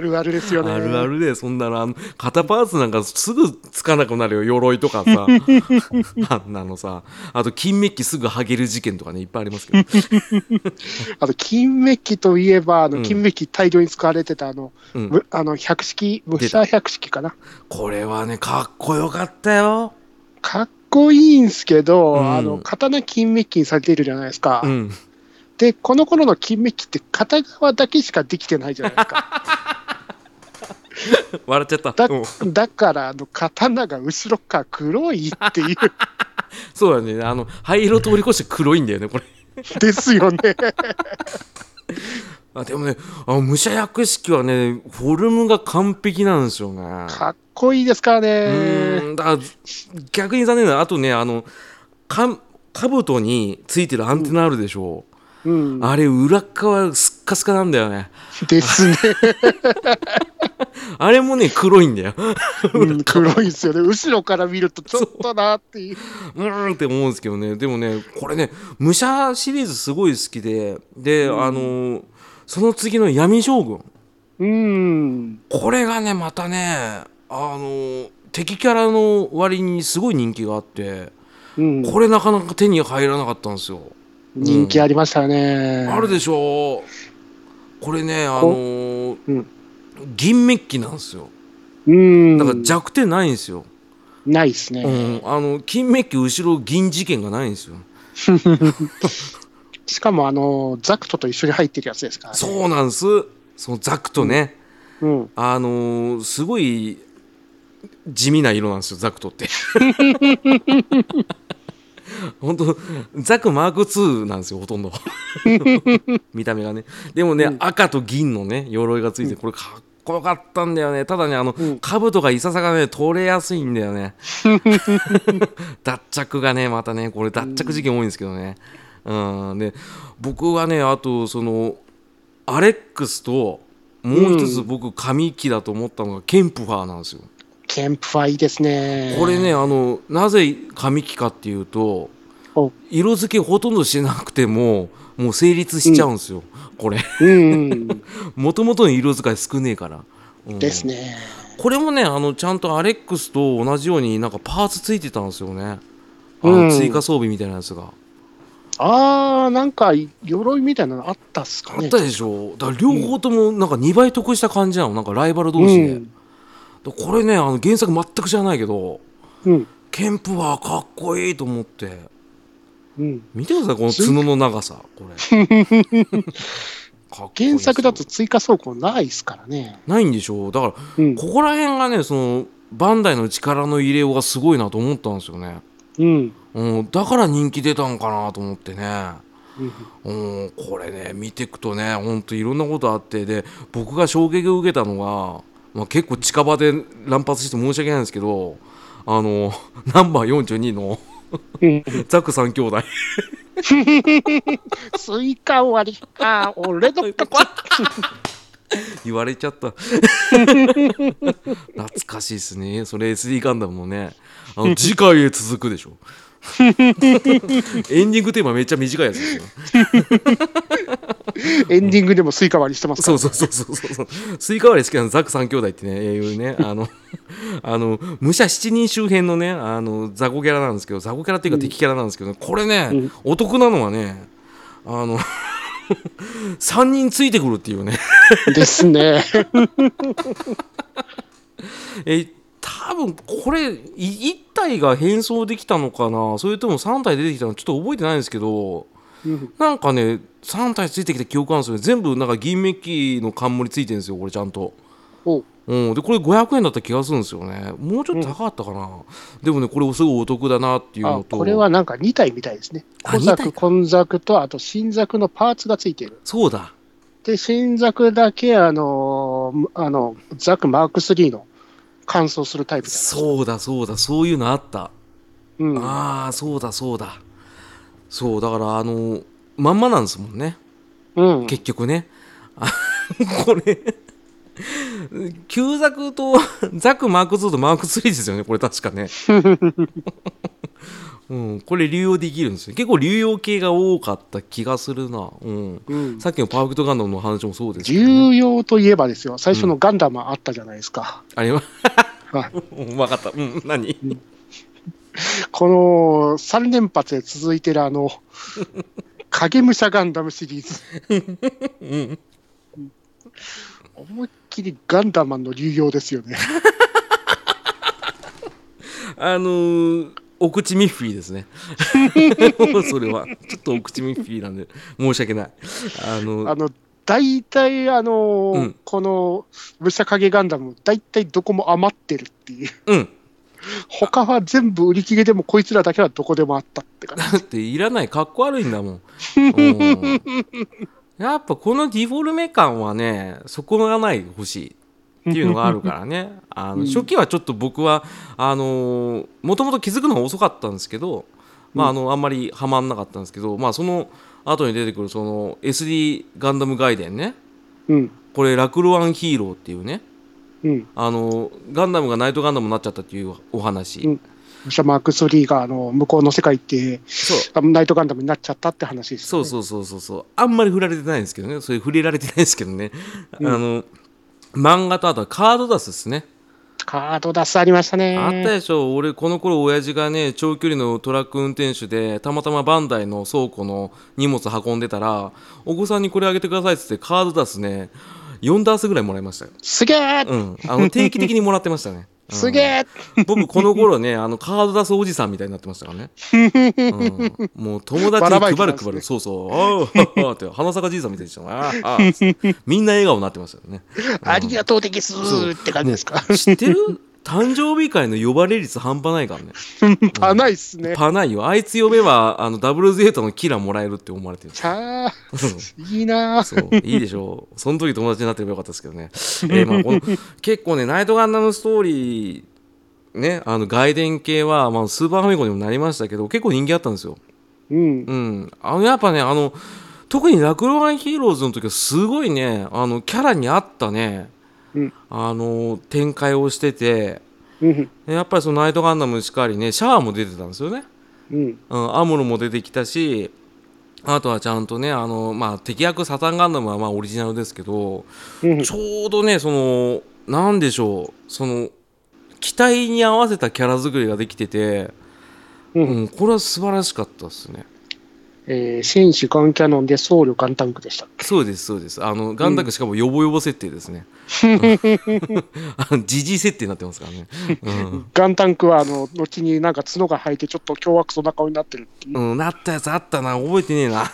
Speaker 2: るあるですよね。
Speaker 1: あるあるでそんなのあの肩パーツなんかすぐつかなくなるよ鎧とかさあんなのさあと金メッキすぐ剥げる事件とかねいっぱいありますけど、
Speaker 2: あと、金メッキといえば、あ
Speaker 1: う
Speaker 2: の
Speaker 1: ん
Speaker 2: 金メッキ大量に使われてた、あの、
Speaker 1: うん
Speaker 2: むあの百式、武者百式かな。
Speaker 1: これはねかっこよかったよ
Speaker 2: かっこいいんすけど、
Speaker 1: うん
Speaker 2: あの、刀金メッキにされているじゃないですか。
Speaker 1: うん
Speaker 2: で、この頃の金メッキって片側だけしかできてないじゃないで すか。
Speaker 1: 笑っちゃった、
Speaker 2: だ
Speaker 1: うん
Speaker 2: だから、あの、刀が後ろから黒いっていう、
Speaker 1: そうだねあの灰色通り越して黒いんだよねこれ
Speaker 2: ですよね。
Speaker 1: あでもねあ武者役式はねフォルムが完璧なんですよね
Speaker 2: かっこいいですから
Speaker 1: う
Speaker 2: ね。
Speaker 1: ーんだから逆に残念なのはあとねあのか兜についてるアンテナあるでしょう、
Speaker 2: うん。
Speaker 1: あれ裏っ側すっかすかなんだよね
Speaker 2: です ね。
Speaker 1: あれもね黒いんだよ
Speaker 2: うん黒いですよね。後ろから見ると、ちょっとなっていう。
Speaker 1: うーんって思うんですけどねでもねこれね武者シリーズすごい好きでで、あのーその次の闇将軍
Speaker 2: うん。
Speaker 1: これがねまたねあのー敵キャラの割にすごい人気があって
Speaker 2: うん、
Speaker 1: これなかなか手に入らなかったんですよ、
Speaker 2: 人気ありましたね。
Speaker 1: あるでしょこれねあのー
Speaker 2: うん
Speaker 1: 銀メッキなんですよ
Speaker 2: うん。
Speaker 1: だから弱点ないんですよ、
Speaker 2: ないですね。
Speaker 1: うん、あの金メッキ後ろ銀事件がないんですよ
Speaker 2: しかも、あの、ザクトと一緒に入ってるやつですから、ね。
Speaker 1: そうなんですそのザクとね、
Speaker 2: う。うん。
Speaker 1: あのーすごい地味な色なんですよザクとって 本当ザクマーク2なんですよほとんど 見た目がねでもね、
Speaker 2: うん
Speaker 1: 赤と銀のね鎧がついてこれかっこよかったんだよねただねあの、
Speaker 2: うん
Speaker 1: 兜がいささかね取れやすいんだよね脱着がねまたねこれ脱着事件多いんですけどねうんで僕はねあとそのアレックスともう一つ
Speaker 2: う
Speaker 1: 僕神木だと思ったのがケンプファーなんですよ
Speaker 2: ケンプファいいですね。
Speaker 1: これね、あのなぜ神木かっていうと
Speaker 2: お
Speaker 1: 色付けほとんどしなくてももう成立しちゃうんですよ、これ
Speaker 2: うんうん。
Speaker 1: もともとの色使い少ねえから、うん
Speaker 2: ですね。
Speaker 1: これもねあのちゃんとアレックスと同じようになんかパーツついてたんですよねあの、
Speaker 2: うん
Speaker 1: 追加装備みたいなやつが
Speaker 2: あー、なんか、鎧みたいなのあったっすか
Speaker 1: あ
Speaker 2: ね。
Speaker 1: ったでしょだから両方ともなんか2倍得した感じなのなんかライバル同士で、
Speaker 2: うん
Speaker 1: だからこれねあの原作全く知らないけど
Speaker 2: うん。
Speaker 1: ケンプはかっこいいと思って
Speaker 2: うん。
Speaker 1: 見てくださいこの角の長さこ れかっこいい
Speaker 2: 原作だ
Speaker 1: です
Speaker 2: と追加走行ないっすからね。
Speaker 1: よないんでしょうだから
Speaker 2: うん。
Speaker 1: ここら辺がねそのバンダイの力の入れようがすごいなと思ったんですよね、
Speaker 2: うん。
Speaker 1: うん、だから人気出たんかなと思ってね
Speaker 2: うん
Speaker 1: うん、これね見てくとねほんといろんなことあってで僕が衝撃を受けたのが、まあ、結構近場で乱発して申し訳ないんですけどあの ナンバー42の
Speaker 2: うん。
Speaker 1: ザク三兄弟
Speaker 2: スイカ終わりか、俺のパパ。
Speaker 1: 言われちゃった懐かしいですねそれ SD ガンダムのねあの次回へ続くでしょエンディングテーマめっちゃ短いやつですよ
Speaker 2: エンディングでもスイカ割りしてますか
Speaker 1: そ
Speaker 2: ら。
Speaker 1: うそうそうそうそうそう。スイカ割り好きなのザク三兄弟ってね、いう ね、あの、あの、武者七人周辺のね、あの、ザコキャラなんですけど、ザコキャラっていうか敵キャラなんですけどね、これね、
Speaker 2: うん
Speaker 1: お得なのはね、あの、 3人ついてくるっていうね
Speaker 2: ですね。
Speaker 1: え多分これい1体が変装できたのかなそれとも3体出てきたのちょっと覚えてないんですけど
Speaker 2: うん
Speaker 1: なんかね3体ついてきた記憶あるんですよね全部なんか銀メッキの冠ついてるんですよこれちゃんと。
Speaker 2: おう
Speaker 1: うん、でこれ500円だった気がするんですよねもうちょっと高かったかな、でもねこれすごいお得だなっていう
Speaker 2: あ
Speaker 1: のと
Speaker 2: これはなんか2体みたいですね。
Speaker 1: あ
Speaker 2: 小
Speaker 1: 二体
Speaker 2: 作、今作と、あと新作のパーツがついてる。
Speaker 1: そうだ
Speaker 2: で、新作だけ、あのーあの、ザクマーク3の乾燥するタイプだな
Speaker 1: そうだそうだそういうのあった、
Speaker 2: うん。
Speaker 1: ああそうだそうだそうだからあのまんまなんですもんね
Speaker 2: うん。
Speaker 1: 結局ねあこれ旧ザクとザクマーク2とマーク3ですよねこれ確かねうんこれ流用できるんですよ結構流用系が多かった気がするなうん
Speaker 2: うん
Speaker 1: さっきのパーフェクトガンダムの話もそうですけどね、
Speaker 2: 重要といえばですよ、最初のガンダムあったじゃないですか。
Speaker 1: あれは
Speaker 2: はいう
Speaker 1: まかった。うん、何
Speaker 2: この3連発で続いてる あの、影武者ガンダムシリーズ。思いっきりガンダマンの流用ですよね。
Speaker 1: あのー、お口ミッフィーですね。それは。ちょっとお口ミッフィーなんで、申し訳ない。あの
Speaker 2: あの、大体、あのー
Speaker 1: うん
Speaker 2: この武者影ガンダム、大体どこも余ってるっていう。
Speaker 1: うん。
Speaker 2: 他は全部売り切れでも、こいつらだけはどこでもあったって感じ。
Speaker 1: だって、いらない。かっこ悪いんだもん。うんやっぱこのディフォルメ感はね、そこがない欲しい。っていうのがあるからねあの初期はちょっと僕はあのもともと気づくのが遅かったんですけど、まあ、あのあんまりはまんなかったんですけど、まあ、その後に出てくるその SD ガンダム外伝ね
Speaker 2: うん。
Speaker 1: これラクロワンヒーローっていうね
Speaker 2: うん。
Speaker 1: あのガンダムがナイトガンダムになっちゃったっていうお話、
Speaker 2: うん武者マーク3が、あの、向こうの世界行って、
Speaker 1: そう
Speaker 2: あナイトガンダムになっちゃったって話です、
Speaker 1: そ
Speaker 2: ね。
Speaker 1: うそうそうそうそうあんまり振られてないんですけどねそれ触れられてないですけどね、あの漫画とあとはカードダスですね
Speaker 2: カード出すありましたね。
Speaker 1: あったでしょ俺この頃親父がね長距離のトラック運転手でたまたまバンダイの倉庫の荷物運んでたらお子さんにこれあげてくださいっつってカード出すね4ダースぐらいもらいましたよ、
Speaker 2: すげえ、
Speaker 1: うん、あの定期的にもらってましたね、うん
Speaker 2: すげえ
Speaker 1: 僕この頃ねあのカード出すおじさんみたいになってましたからね、うん、もう友達に配
Speaker 2: ばらまいてたん
Speaker 1: る
Speaker 2: です
Speaker 1: 配
Speaker 2: ね
Speaker 1: るそうそうあーって花坂じいさんみたいでしたもんあーあーつってみんな笑顔になってましたよね
Speaker 2: ありがとうでぎす
Speaker 1: そう
Speaker 2: ーって感じですか。
Speaker 1: 知ってる誕生日会の呼ばれ率半端ないからね
Speaker 2: パないっすね。
Speaker 1: パないよ。あいつ呼べば、あの、ダブルゼータのキラもらえるって思われてる。
Speaker 2: ちゃ
Speaker 1: そ
Speaker 2: ー、いいなー。
Speaker 1: う、いいでしょう。その時友達になってればよかったですけどね。えーまあ、この、結構ね、ナイトガンダムストーリー、ね、あの、外伝系は、まあ、スーパーファミコンにもなりましたけど、結構人気あったんですよ。
Speaker 2: うん。
Speaker 1: うん。あの、やっぱね、あの、特にラクロワンヒーローズの時は、すごいね、あの、キャラに合ったね、
Speaker 2: うん
Speaker 1: あの、展開をしてて、
Speaker 2: うん。
Speaker 1: やっぱりそのナイトガンダムしかりね、シャアも出てたんですよね。
Speaker 2: うん。
Speaker 1: うん、アムロも出てきたしあとはちゃんとねあの、まあ、敵役サタンガンダムはまあオリジナルですけど
Speaker 2: うん
Speaker 1: ちょうどねそのなんでしょうその期待に合わせたキャラ作りができてて、
Speaker 2: う
Speaker 1: うんん、これは素晴らしかったですね。
Speaker 2: えー、紳士ガンキャノンで僧侶ガンタンクでした。
Speaker 1: そうですそうですあのガンダムしかもヨボヨボ設定ですね。あのジジイ設定になってますからね。うん
Speaker 2: ガンタンクは、あの、後になんか角が生えて、ちょっと凶悪そうな顔になってるっていう。
Speaker 1: うん、なったやつあったな覚えてねえな、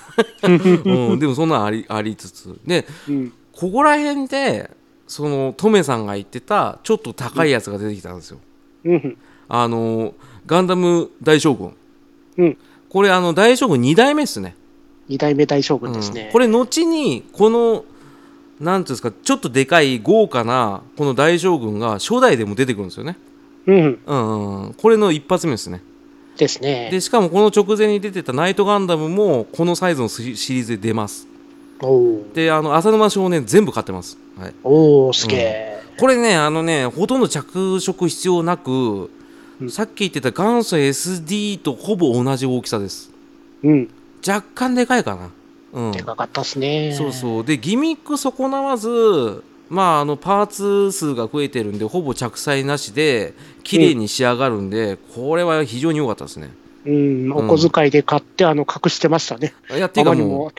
Speaker 1: うん、でもそんなんありありつつで
Speaker 2: うん。
Speaker 1: ここら辺でそのトメさんが言ってたちょっと高いやつが出てきたんですよ、
Speaker 2: うん。
Speaker 1: あのガンダム大将軍
Speaker 2: うん。
Speaker 1: これあの大将軍2代目ですね
Speaker 2: 二代目大将軍
Speaker 1: うん
Speaker 2: ですね。
Speaker 1: これ後にこのなんていうんですかちょっとでかい豪華なこの大将軍が初代でも出てくるんですよね
Speaker 2: うん。
Speaker 1: うん、うん、これの一発目ですね
Speaker 2: ですね。
Speaker 1: でしかもこの直前に出てたナイトガンダムもこのサイズのシシリーズで出ます
Speaker 2: おー
Speaker 1: であの浅沼少年全部買ってます、はい、
Speaker 2: おー、すげえ。
Speaker 1: これねあのねほとんど着色必要なく、
Speaker 2: うん
Speaker 1: さっき言ってた元祖 SD とほぼ同じ大きさです
Speaker 2: うん。
Speaker 1: 若干でかいかなうん
Speaker 2: でかかったっすね。
Speaker 1: そうそうでギミック損なわずまああのパーツ数が増えてるんでほぼ着彩なしで綺麗に仕上がるんで、これは非常に良かったですね
Speaker 2: うん、お小遣いで買って、あの、隠してましたね。
Speaker 1: いやってい
Speaker 2: あ
Speaker 1: うか
Speaker 2: まり
Speaker 1: も
Speaker 2: も
Speaker 1: う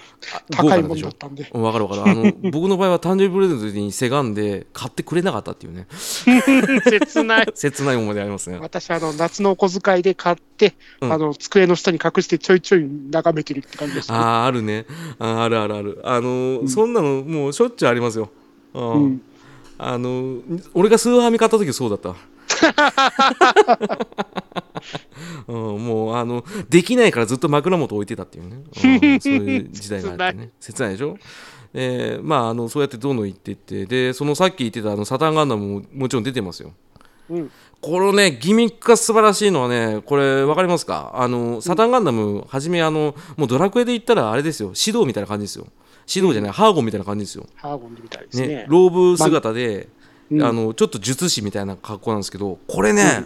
Speaker 2: 高い
Speaker 1: 豪華
Speaker 2: も
Speaker 1: で
Speaker 2: ん
Speaker 1: しょ
Speaker 2: だったんで。
Speaker 1: う分かる分かるあ の僕の場合は誕生日プレゼントにせがんで買ってくれなかったっていうね
Speaker 2: 切ない。
Speaker 1: 切ない思い出ありますね
Speaker 2: 私、あの、夏のお小遣いで買って、
Speaker 1: うん
Speaker 2: あの、机の下に隠してちょいちょい眺めてるって感じです、ね。
Speaker 1: あああるねああるあるあるあの、
Speaker 2: うん
Speaker 1: そんなのもうしょっちゅうありますよ、うん
Speaker 2: うん。
Speaker 1: あの俺がスーハーミ買った時そうだ った、うん、もうあのできないからずっと枕元置いてたっていうね、うんそういう時代があってね 切ないでしょえーまああのそうやってどんどん行っていってでそのさっき言ってたあのサタンガンダムももちろん出てますよ
Speaker 2: うん。
Speaker 1: このねギミックが素晴らしいのはねこれ分かりますかあのサタンガンダムはじめあのもうドラクエで言ったらあれですよシドーみたいな感じですよシドーじゃない、ハーゴンみたいな感じですよ
Speaker 2: ハーゴンみたいです
Speaker 1: ね
Speaker 2: ね。
Speaker 1: ローブ姿で、
Speaker 2: うん
Speaker 1: あのちょっと術師みたいな格好なんですけどこれね、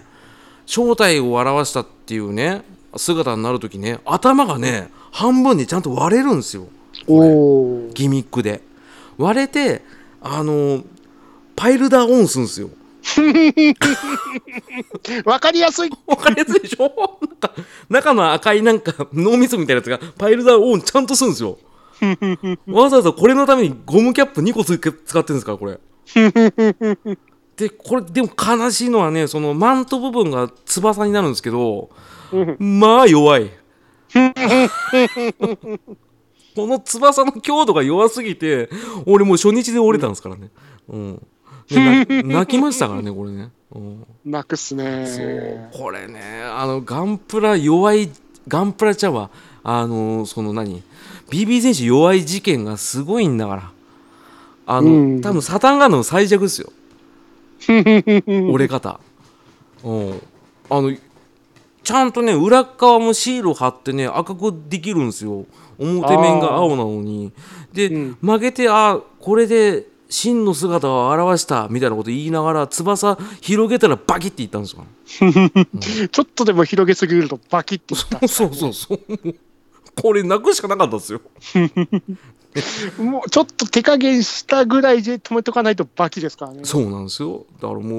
Speaker 1: 正体を表したっていうね姿になる時ね頭がね半分にちゃんと割れるんですよ
Speaker 2: おー。
Speaker 1: ギミックで割れてあのパイルダーオンするんですよ
Speaker 2: わかりやすい
Speaker 1: わかりやすいでしょなんか中の赤いなんか脳みそみたいなやつがパイルダーオンちゃんとするんですよわざわざこれのためにゴムキャップ2個つけ使ってるんですからこれでこれでも悲しいのはねそのマント部分が翼になるんですけどまあ弱いこの翼の強度が弱すぎて俺もう初日で折れたんですからね、うんねな泣きましたからねこれね、うん
Speaker 2: 泣くっすね。
Speaker 1: そうこれねあのガンプラ弱いガンプラ茶はあのその何 BB 選手弱い事件がすごいんだからあの、
Speaker 2: うん
Speaker 1: 多分サタンガンダム最弱 ですよ折れ方うんあのちゃんとね裏側もシール貼ってね赤くできるんですよ表面が青なのにで、
Speaker 2: うん
Speaker 1: 曲げてあこれで真の姿を表したみたいなこと言いながら翼広げたらバキっていったんですよ
Speaker 2: ちょっとでも広げすぎるとバキッていった。
Speaker 1: そうそうそう。これ泣くしかなかったですよ。
Speaker 2: もうちょっと手加減したぐらいで止めとかないとバキですからね。
Speaker 1: そうなんですよ。だからも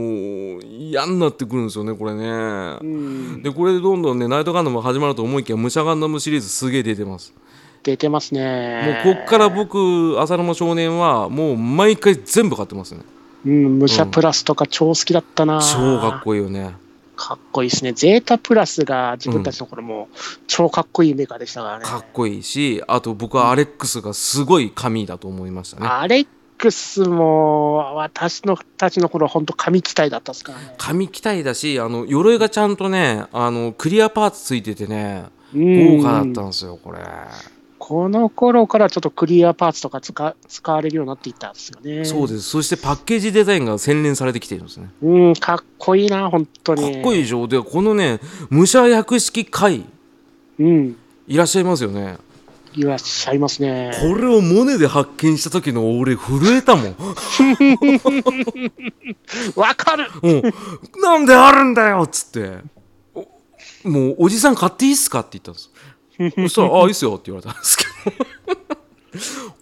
Speaker 1: う嫌になってくるんですよね、これね。
Speaker 2: うん。
Speaker 1: で、これでどんどんね、ナイトガンダムが始まると思いきや、武者ガンダムシリーズすげえ出てます。
Speaker 2: 出てます
Speaker 1: もう
Speaker 2: ね。
Speaker 1: こっから僕、浅沼少年は、もう毎回全部買ってますね。
Speaker 2: うん、武者プラスとか超好きだったな。
Speaker 1: 超かっこいいよね。
Speaker 2: かっこいいですね。ゼータプラスが自分たちの頃も超かっこいいメーカーでしたからね。
Speaker 1: かっこいいし、あと僕はアレックスがすごい神だと思いましたね。
Speaker 2: アレックスも私のたちの頃本当神機体だったっすからね。
Speaker 1: 神機体だし、あの、鎧がちゃんとね、あの、クリアパーツついててね、
Speaker 2: うん
Speaker 1: 豪華だったんですよ、これ。
Speaker 2: この頃からちょっとクリアパーツとか使使われるようになっていったんですよね。
Speaker 1: そう
Speaker 2: で
Speaker 1: です。そしてパッケージデザインが洗練されてきているんですね。
Speaker 2: す。うん、かっこいいな、本当
Speaker 1: か
Speaker 2: に。
Speaker 1: っこいい
Speaker 2: い。
Speaker 1: でしょ。で、このね、武者薬式会、
Speaker 2: うん、
Speaker 1: いらっしゃいますよね。
Speaker 2: いらっしゃいますね。
Speaker 1: これをモネで発見した時の俺、震えたもん。
Speaker 2: わかる
Speaker 1: うん。なんであるんだよっつって。おもう、おじさん買っていいっすかって言ったんです。そしたら、ああ、いいっすよって言われたんですけ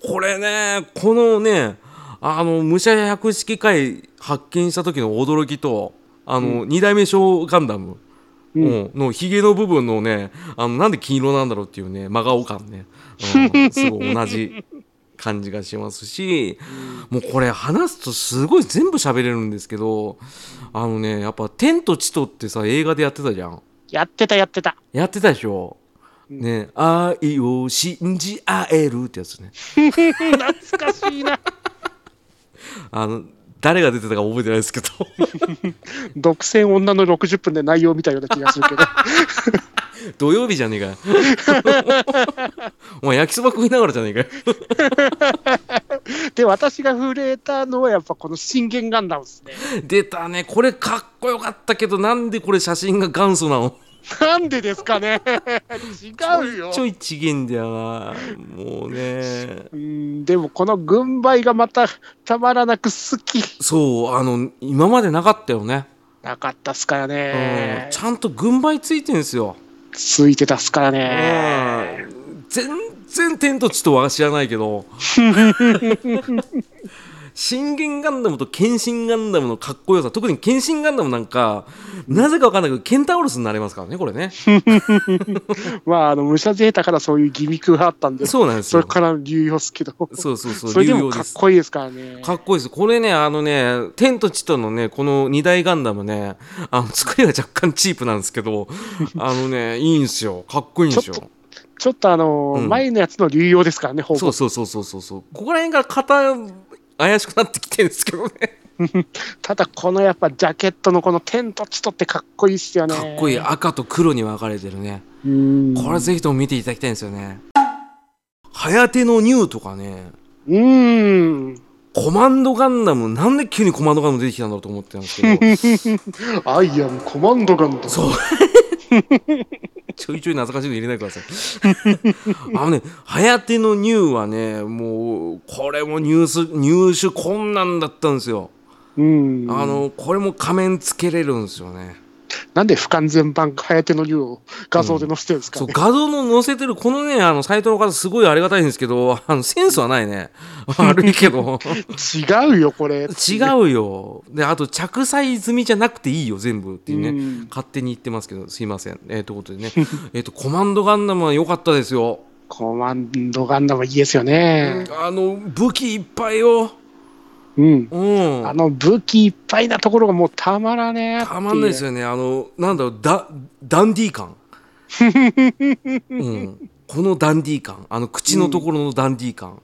Speaker 1: ど。 これね、このね、あの、武者百式会発見した時の驚きと、あの、二、代目小ガンダム。
Speaker 2: う
Speaker 1: うん、のひげの部分のねあのなんで金色なんだろうっていうね真顔感ね、うん、すごい同じ感じがしますしもうこれ話すとすごい全部喋れるんですけどあのねやっぱ「天と地と」ってさ映画でやってたじゃん
Speaker 2: やってた、やってた。
Speaker 1: やってたでしょね愛を信じ合えるってやつね
Speaker 2: 懐かしいな。
Speaker 1: あの誰が出てたか覚えてないですけど
Speaker 2: 独占女の60分で内容見たような気がするけど。
Speaker 1: 土曜日じゃねえかよ お前焼きそば食いながらじゃねえかよ
Speaker 2: で、私が触れたのはやっぱこの信玄ガンダムですね。
Speaker 1: 出たねこれかっこよかったけどなんでこれ写真が元祖なの
Speaker 2: なんでです かね違うよ
Speaker 1: ち。ょいちげんだよなもうね
Speaker 2: うん、でもこの軍配がまたたまらなく好き。
Speaker 1: そうあの今までなかったよね、
Speaker 2: なかったっすから
Speaker 1: う
Speaker 2: ね
Speaker 1: ん、。ちゃんと軍配ついてんですよ、
Speaker 2: ついてたっすからね。
Speaker 1: うん全然天と地とは知らないけど信玄ガンダムと剣神ガンダムのかっこよさ特に剣神ガンダムなんかなぜかわかんないけどケンタウロスになれますからねこれね
Speaker 2: まあ、あの、武者ゼータからそういうギミックがあったんで、そ
Speaker 1: そうなんですよ
Speaker 2: れから流用すけど、
Speaker 1: そうそうそう
Speaker 2: それで
Speaker 1: 流
Speaker 2: も
Speaker 1: 用
Speaker 2: か
Speaker 1: で
Speaker 2: っ
Speaker 1: す
Speaker 2: こいいですからね。
Speaker 1: かっこいいです。これね、あのね、天と地とのね、この二大ガンダムね、あの、作りは若干チープなんですけ ど、あのね、いいんですよ。かっこいいんですよ
Speaker 2: ちょ。ちょっとあの、
Speaker 1: うん
Speaker 2: 前のやつの流用ですからね、ほ
Speaker 1: そ
Speaker 2: ぼ
Speaker 1: う。そうそうそうそうそう。ここら辺から肩、怪しくなってきてるんですけどね。
Speaker 2: ただ、このやっぱジャケットのこの天と地とってかっこいいっすよね。
Speaker 1: かっこいい。赤と黒に分かれてるね。
Speaker 2: うん。
Speaker 1: これぜひとも見ていただきたいんですよね。早手のニューとかね、
Speaker 2: うん。
Speaker 1: コマンドガンダム、なんで急にコマンドガンダム出てきたんだろうと思ってたんですけど、
Speaker 2: アイアムコマンドガンダム。
Speaker 1: そう。ちょいちょい懐かしいの入れないでください。 あのね、早手のニューはね、もう、これもニュース、入手困難だったんですよ。
Speaker 2: うん。
Speaker 1: あの、これも仮面つけれるんですよね。
Speaker 2: なんで不完全版早手の竜を画像で載せてるんですか
Speaker 1: そう、
Speaker 2: ね。
Speaker 1: 画像の載せてる、このね、あの、サイトの方、すごいありがたいんですけど、あの、センスはないね。悪いけど。
Speaker 2: 違うよ、これ。
Speaker 1: 違うよ。で、あと、着彩済みじゃなくていいよ、全部っていうね。
Speaker 2: うん
Speaker 1: 勝手に言ってますけど、すいません。えー、ということでね。えっと、コマンドガンダムは良かったですよ。
Speaker 2: コマンドガンダムいいですよね。
Speaker 1: あの武器いっぱいよ、
Speaker 2: うん。
Speaker 1: うん、
Speaker 2: あの武器いっぱいなところがもうたまらねえっていう。
Speaker 1: たまんないですよね、あのなんだろう、ダダンディー感、うん、このダンディー感、あの口のところのダンディー感、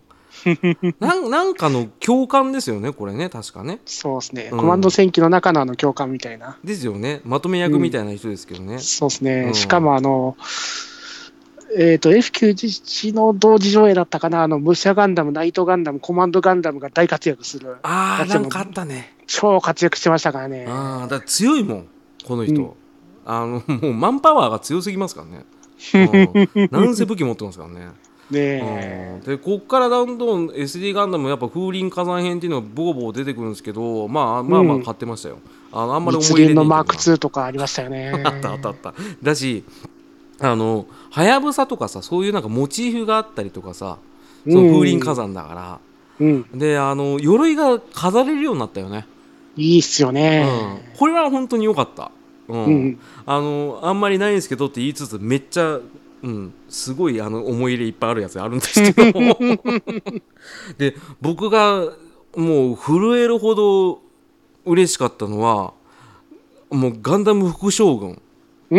Speaker 1: なんなんかの共感ですよね、これね、確かね。
Speaker 2: そうですね。
Speaker 1: うん
Speaker 2: コマンド戦記の中のあの教官みたいな。
Speaker 1: ですよね、まとめ役みたいな人ですけどね。
Speaker 2: そうですね。
Speaker 1: うん
Speaker 2: しかもあの、えっ、と、F91 の同時上映だったかな、あの、武者ガンダム、ナイトガンダム、コマンドガンダムが大活躍する。
Speaker 1: ああ、
Speaker 2: だって
Speaker 1: な
Speaker 2: もうん
Speaker 1: かあったね。
Speaker 2: 超活躍してましたからね。
Speaker 1: ああ、だから強いもん、この人。
Speaker 2: うん
Speaker 1: あのもうマンパワーが強すぎますからね。 うん、なんせ武器持ってますからね。
Speaker 2: ねえ。
Speaker 1: でこっからどんどん SD ガンダムやっぱ風林火山編っていうのがボコボコ出てくるんですけどまあまあまあ買ってましたよ、あのあんまり思い
Speaker 2: 密
Speaker 1: 入れねえけ
Speaker 2: 林の
Speaker 1: どな
Speaker 2: マーク2とかありましたよね。
Speaker 1: あったあったあっただしあのはやぶさとかさそういうなんかモチーフがあったりとかさその風林火山だから、
Speaker 2: うん。
Speaker 1: であの鎧が飾れるようになったよね、
Speaker 2: いいっすよね。
Speaker 1: うん、これは本当に良かった、うん
Speaker 2: うん。
Speaker 1: あのあんまりないんですけどって言いつつめっちゃ、うん、すごいあの思い入れいっぱいあるやつあるんです けどで僕がもう震えるほど嬉しかったのはもうガンダム副将軍
Speaker 2: うー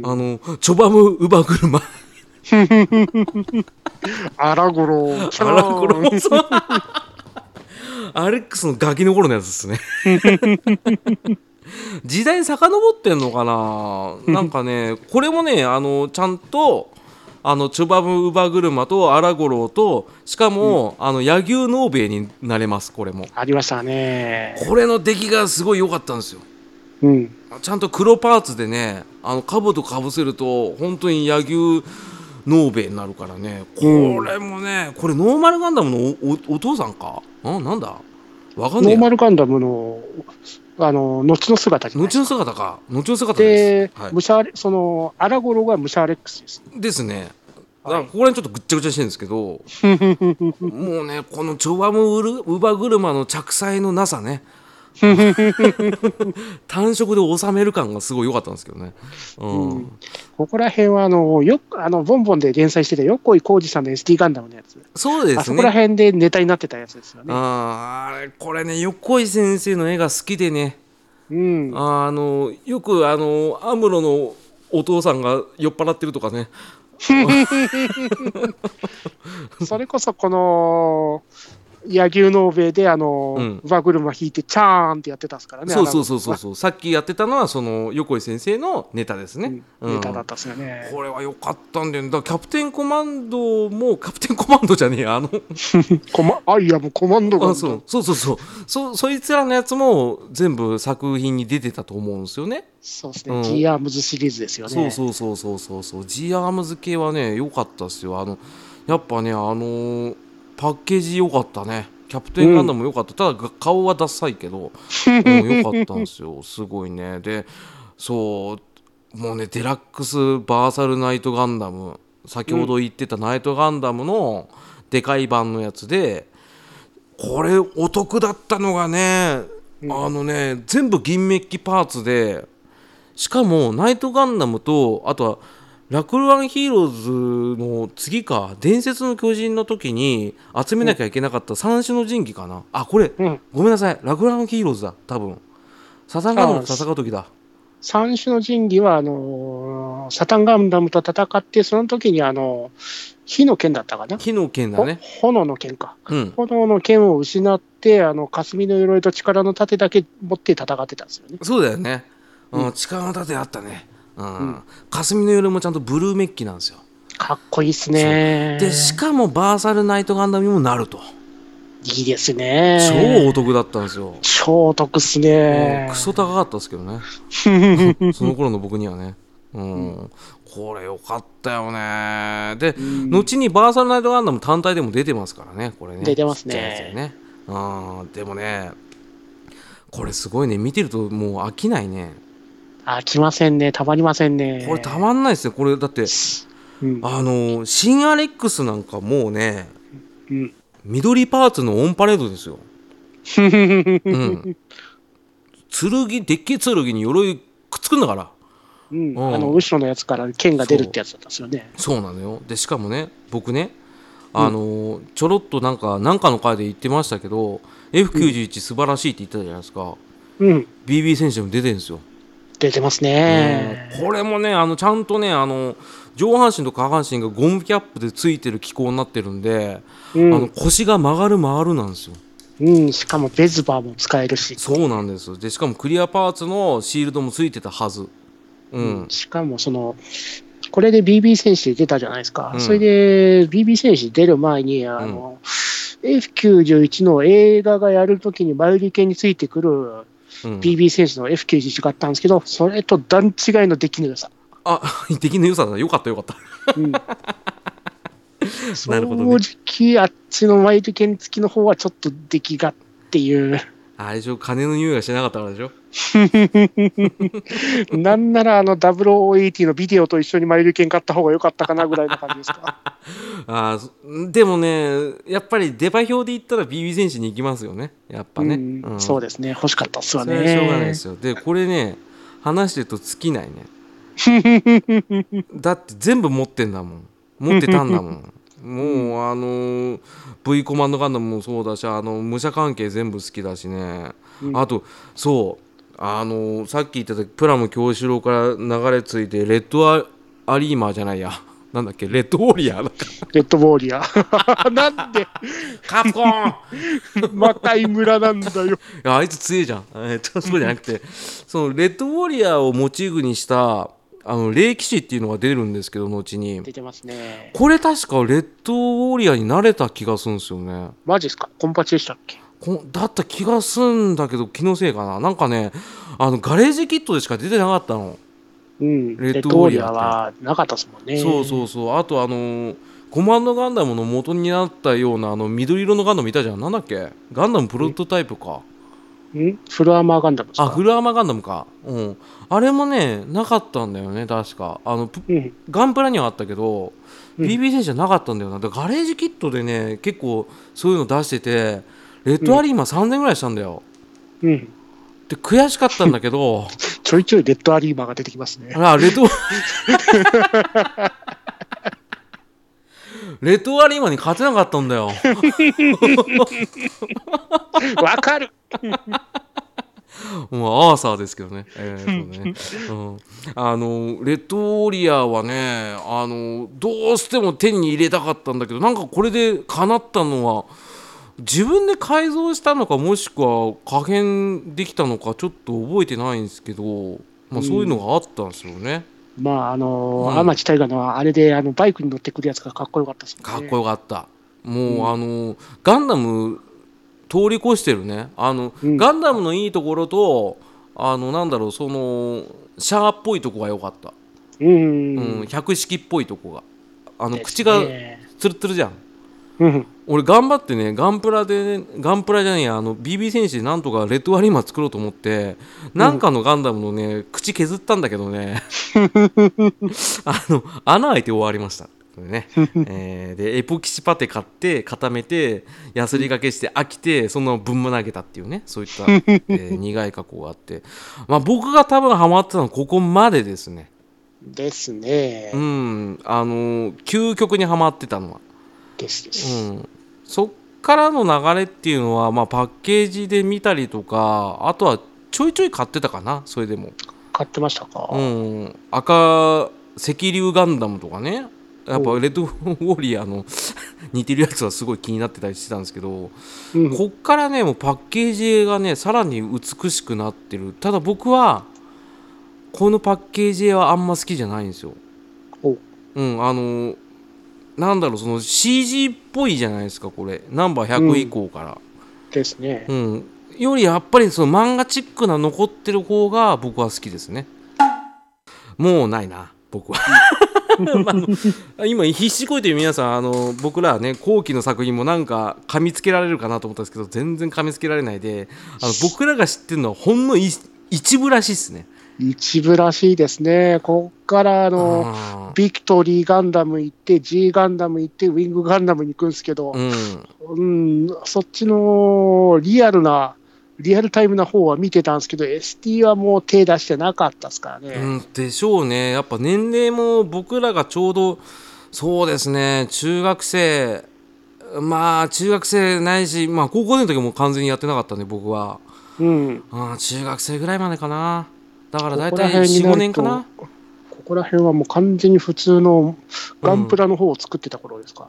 Speaker 2: ん。
Speaker 1: あのチョバムウバ車
Speaker 2: アラ ゴロ。
Speaker 1: あらこれもそうアレックスのガキの頃のやつですね時代遡ってんのかななんかねこれもねあのちゃんとあのチョバムウバ車とアラゴロとしかも、あの野牛ノーベイになれますこれも
Speaker 2: ありましたね。
Speaker 1: これの出来がすごい良かったんですよ
Speaker 2: うん。
Speaker 1: ちゃんと黒パーツでねあのカブとかぶせると本当に野球ノーベになるからねこれもねこれノーマルガンダムのおおお父さんかんなんだわかん
Speaker 2: ノ
Speaker 1: ねえ
Speaker 2: ー
Speaker 1: や
Speaker 2: マルガンダムの、あの、後の姿じゃない
Speaker 1: 後の姿か後の姿で、
Speaker 2: です
Speaker 1: は
Speaker 2: ムシャアレその、アラゴロがムシャアレックスです。
Speaker 1: い、ですねだから
Speaker 2: はい
Speaker 1: ここら辺ちょっとぐっちゃぐちゃしてるんですけどもうねこのチョバムウルウバ車の着彩のなさ ね単色で収める感がすごい良かったんですけどね、うん
Speaker 2: うんここら辺は、あの、よく、あの、ボンボンで連載してた横井浩二さんの SD ガンダムのやつ。
Speaker 1: そうですね
Speaker 2: あそこら辺でネタになってたやつですよね。
Speaker 1: あーあれこれね横井先生の絵が好きでね
Speaker 2: うん。
Speaker 1: あーあのよくあのアムロのお父さんが酔っ払ってるとかね
Speaker 2: それこそ、この、野球の米で、あの、
Speaker 1: うん
Speaker 2: 馬車引いて、チャーンってやってたんですからね。
Speaker 1: そうそうそうそう
Speaker 2: あ
Speaker 1: そうさっきやってたのはその横井先生のネタです
Speaker 2: の
Speaker 1: ね、
Speaker 2: うん
Speaker 1: うん
Speaker 2: ネタだったですよね。
Speaker 1: これは良かったんだよねだからキャプテンコマンドもキャプテンコマンドじゃねえやあの
Speaker 2: コマアイアムコマンドガン
Speaker 1: あ
Speaker 2: ダ
Speaker 1: そ
Speaker 2: ム
Speaker 1: う。そうそうそうそそいつらのやつも全部作品に出てたと思うんですよね
Speaker 2: そうです
Speaker 1: うん
Speaker 2: ね。G アームズシリーズですよね。
Speaker 1: そうそうそうそうそうそう G アームズ系はね良かったっすよあのやっぱねあのーパッケージ良かったねキャプテンガンダムも良かった、ただ顔はダサいけ どうん良、かったんですよすごいねでそうもうねデラックスバーサルナイトガンダム先ほど言ってたナイトガンダムのでかい版のやつでこれお得だったのがね、あのね全部銀メッキパーツでしかもナイトガンダムとあとはラクルアンヒーローズの次か伝説の巨人の時に集めなきゃいけなかった三種の神器かな、あこれ、
Speaker 2: うん
Speaker 1: ごめんなさいラクルアンヒーローズだ多分サタンガンダムと戦う時だ
Speaker 2: 三種の神器は、あのーサタンガンダムと戦って、その時に、あのー火の剣だったかな、
Speaker 1: 火の剣だね
Speaker 2: ほ炎の剣か。
Speaker 1: うん
Speaker 2: 炎の剣を失って、あの、霞の鎧と力の盾だけ持って戦ってたんですよね。
Speaker 1: そうだよね、うん
Speaker 2: う
Speaker 1: 力の盾あったねうん、
Speaker 2: うん
Speaker 1: 霞の夜もちゃんとブルーメッキなんですよ
Speaker 2: かっこいいっすね。
Speaker 1: でしかもバーサルナイトガンダムにもなると
Speaker 2: いいですね。
Speaker 1: 超お得だったんですよ、
Speaker 2: 超得っすね
Speaker 1: もう。クソ高かったですけど ねその頃の僕にはねうん、これよかったよねで、
Speaker 2: うん
Speaker 1: 後にバーサルナイトガンダム単体でも出てますからねこれね
Speaker 2: 出てますね
Speaker 1: ちっちゃいやつでねうんでもねこれすごいね見てるともう飽きないね
Speaker 2: 飽きませんね。たまりませんね。
Speaker 1: これたまんないですねこれだって
Speaker 2: うん。
Speaker 1: あの新アレックスなんかもうね
Speaker 2: うん。
Speaker 1: 緑パーツのオンパレード ですよ、うん、剣でっけえ剣に鎧くっつくんだから
Speaker 2: うん
Speaker 1: うん
Speaker 2: あの、後ろのやつから剣が出るってやつだったんですよね。
Speaker 1: そうなのよでしかもね僕ねあの、ちょろっとなんかなんかの回で言ってましたけど F91 素晴らしいって言ってたじゃないですか、
Speaker 2: うん。
Speaker 1: BB 選手でも出てるんですよ、
Speaker 2: 出てますね。
Speaker 1: うんこれもねあのちゃんとねあの上半身と下半身がゴムキャップでついてる機構になってるんで、
Speaker 2: う
Speaker 1: あの
Speaker 2: ん。
Speaker 1: 腰が曲がる曲がるなんですよ
Speaker 2: うん。しかもベズバーも使えるし。
Speaker 1: そうなんですよでしかもクリアパーツのシールドもついてたはずうん、
Speaker 2: しかもその、これで BB 戦士出たじゃないですか。
Speaker 1: うん
Speaker 2: それで BB 戦士出る前に、あの、F91 の映画がやるときにバイオリ系についてくる
Speaker 1: うん
Speaker 2: BB 戦士の F91 があったんですけど、それと段違いの出来の良さ。
Speaker 1: あ 出来の良さだよかったよかった
Speaker 2: うん、
Speaker 1: なるほどね
Speaker 2: 正直、あっちのバイオリ系付きの方はちょっと出来がっていう。
Speaker 1: あれでしょ金の匂いがしなかったからでしょ
Speaker 2: なんならあの0080のビデオと一緒にマイル券買った方が良かったかなぐらいの感じですか。
Speaker 1: あーそでもねやっぱり出馬表で言ったら BB 戦士に行きますよねやっぱ ね、
Speaker 2: うんそう
Speaker 1: で
Speaker 2: ですね。欲しかったっすわ
Speaker 1: それはしょうがないで
Speaker 2: ね。
Speaker 1: すよでこれね話してると尽き ないねだって全部持ってんだもん持ってたんだもんも うあのー V コマンドガンダムもそうだしあの武者関係全部好きだしね、
Speaker 2: うん
Speaker 1: あとそうあのーさっき言ってたプラム京志郎から流れ着いてレッドアアリーマーじゃないやなんだっけレッドウォリアーだ
Speaker 2: レッドボ ーリア。なんで、
Speaker 1: カプコン
Speaker 2: 魔界村なんだ よ。
Speaker 1: いやあいつ強えじゃん。えっと、そうじゃなくて、そのレッドウォリアーをモチーフにした、あの、霊騎士っていうのが出るんですけど、後に。
Speaker 2: 出てますね。
Speaker 1: これ確かレッドウォリアーに慣れた気がするんですよね。
Speaker 2: マジっすかコンパチでしたっけ
Speaker 1: こだった気がすんだけど、気のせいかな。なんかね、あの、ガレージキットでしか出てなかったの。
Speaker 2: うん。
Speaker 1: レ
Speaker 2: レ
Speaker 1: ッ
Speaker 2: ッ
Speaker 1: ド
Speaker 2: ド
Speaker 1: ウ
Speaker 2: ボ
Speaker 1: ォ
Speaker 2: ー
Speaker 1: リ
Speaker 2: リ
Speaker 1: ア
Speaker 2: ア
Speaker 1: ー
Speaker 2: はなかったっすもんね。
Speaker 1: そうそうそう。あと、あのコマンドガンダムの元になったようなあの緑色のガンダムいたじゃん。なんだっけガンダムプロトタイプか。
Speaker 2: うん。フルアーマーガンダムです
Speaker 1: あ、
Speaker 2: か
Speaker 1: フルアーマーガンダムか。うん。あれもね、なかったんだよね、確か。あの、プ
Speaker 2: うん。
Speaker 1: ガンプラにはあったけど、
Speaker 2: うん
Speaker 1: BB 戦車なかったんだよな。だからガレージキットでね、結構そういうの出してて、レッドアリーマ3000ぐらいしたんだよ。
Speaker 2: うん。
Speaker 1: で、悔しかったんだけ ど、
Speaker 2: ちょいちょいレッドアリーマーが出て きますね。
Speaker 1: あら、レッド、レッドアリ ーマに勝てなかったんだよ。
Speaker 2: わかる
Speaker 1: もうアーサーですけどね。えー そうねうん、あのレッドウォリアーはねあのどうしても手に入れたかったんだけどなんかこれで叶ったのは自分で改造したのかもしくは可変できたのかちょっと覚えてないんですけど、まあ、そういうのがあったんですよね。
Speaker 2: まあ、あの
Speaker 1: う
Speaker 2: ー、
Speaker 1: ん
Speaker 2: 天地大河のあれで、あの、バイクに乗ってくるやつがかっこよかったっすもんね。
Speaker 1: かっこよかった。もう、あのガンダム通り越してるねあの、
Speaker 2: うん
Speaker 1: ガンダムのいいところとあのなんだろうそのシャアっぽいとこが良かった。
Speaker 2: うん。
Speaker 1: うん、百式っぽいとこがあ
Speaker 2: あ
Speaker 1: の、口がツルツルじゃん
Speaker 2: うん。
Speaker 1: 俺頑張ってねガンプラでねガンプラじゃねえやあの BB 戦士でなんとかレッドアリーマ作ろうと思ってなんかのガンダムの ね口削ったんだけどねあの穴開いて終わりましたこれねえーでエポキシパテ買って固めてヤスリ掛けして飽きてそのままぶん投げたっていうねそういった、えー 苦い過去があって、まあ、僕が多分ハマってたのはここまでですね
Speaker 2: ですね
Speaker 1: う。んあのー究極にはまってたのは
Speaker 2: ですで
Speaker 1: う
Speaker 2: す。
Speaker 1: ん、そっからの流れっていうのは、まあ、パッケージで見たりとかあとはちょいちょい買ってたかなそれでも、
Speaker 2: 買ってましたか
Speaker 1: うん、赤赤龍ガンダムとかねやっぱ
Speaker 2: お
Speaker 1: レッド ウォーリアーの 似てるやつはすごい気になってたりしてたんですけど
Speaker 2: うん
Speaker 1: こっからねもうパッケージがねさらに美しくなってるただ僕はこのパッケージはあんま好きじゃないんですよ
Speaker 2: お
Speaker 1: うんあのなんだろうその CG っぽいじゃないですかこれナンバー100以降から、
Speaker 2: ですね
Speaker 1: う。んよりやっぱりその漫画チックな残ってる方が僕は好きですねもうないな僕 はまああの今必死こいて皆さんあの僕らはね後期の作品もなんか噛みつけられるかなと思ったんですけど全然噛みつけられないであの僕らが知ってるのはほんのい一部らしいですね
Speaker 2: 一部らしいですね。こっから、あの、
Speaker 1: あー
Speaker 2: ビクトリーガンダム行って、G ガンダム行って、ウィングガンダムに行くんですけど、
Speaker 1: うん
Speaker 2: うん、そっちのリアルな、リアルタイムな方は見てたんですけど、ST はもう手出してなかったですからね。
Speaker 1: うん、でしょうね、やっぱ年齢も僕らがちょうど、そうですね、中学生、まあ、中学生ないし、まあ、高校生の時も完全にやってなかったんで、僕は、
Speaker 2: うん、
Speaker 1: うん、中学生ぐらいまでかな、だから大
Speaker 2: ここら
Speaker 1: 体
Speaker 2: 辺
Speaker 1: 4、
Speaker 2: になる
Speaker 1: 5
Speaker 2: と
Speaker 1: 年かな、
Speaker 2: ここら辺はもう完全に普通のガンプラの方を作ってた頃ですか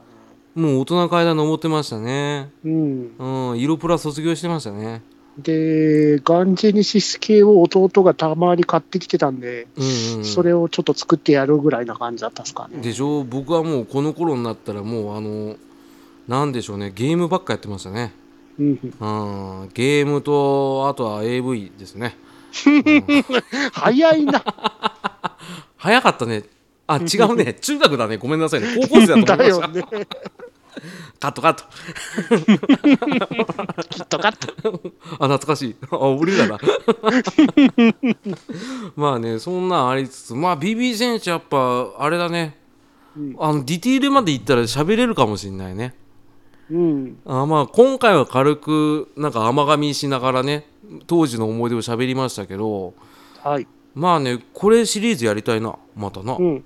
Speaker 1: もう大人の階段登ってましたね、
Speaker 2: らね。うん。
Speaker 1: うん、色プラ卒業してましたね、
Speaker 2: で、ガンジェネシス系を弟がたまに買ってきてたんで、
Speaker 1: うんうんうん、
Speaker 2: それをちょっと作ってやるぐらいな感じだったですかね。
Speaker 1: でしょ、僕はもうこの頃になったら、もう、あの、なんでしょうね、ゲームばっかやってましたね。
Speaker 2: うん、
Speaker 1: うん、ゲームとあとは AV ですね
Speaker 2: 早いな、
Speaker 1: 早かったねあ違う ね中学だねごめんなさいね高校生だと思いま
Speaker 2: だ
Speaker 1: し
Speaker 2: よ
Speaker 1: た、
Speaker 2: ね。
Speaker 1: カットカット
Speaker 2: きっとかって。
Speaker 1: あ懐かしいあ俺だな まあねそんなんありつつまあ BB 選手やっぱあれだね、
Speaker 2: うん
Speaker 1: あのディティールまで行ったら喋れるかもしれないね
Speaker 2: うん。
Speaker 1: あまあ今回は軽くなんか甘噛みしながらね当時の思い出を喋りましたけど
Speaker 2: はい。
Speaker 1: まあねこれシリーズやりたいなまたな、
Speaker 2: うん。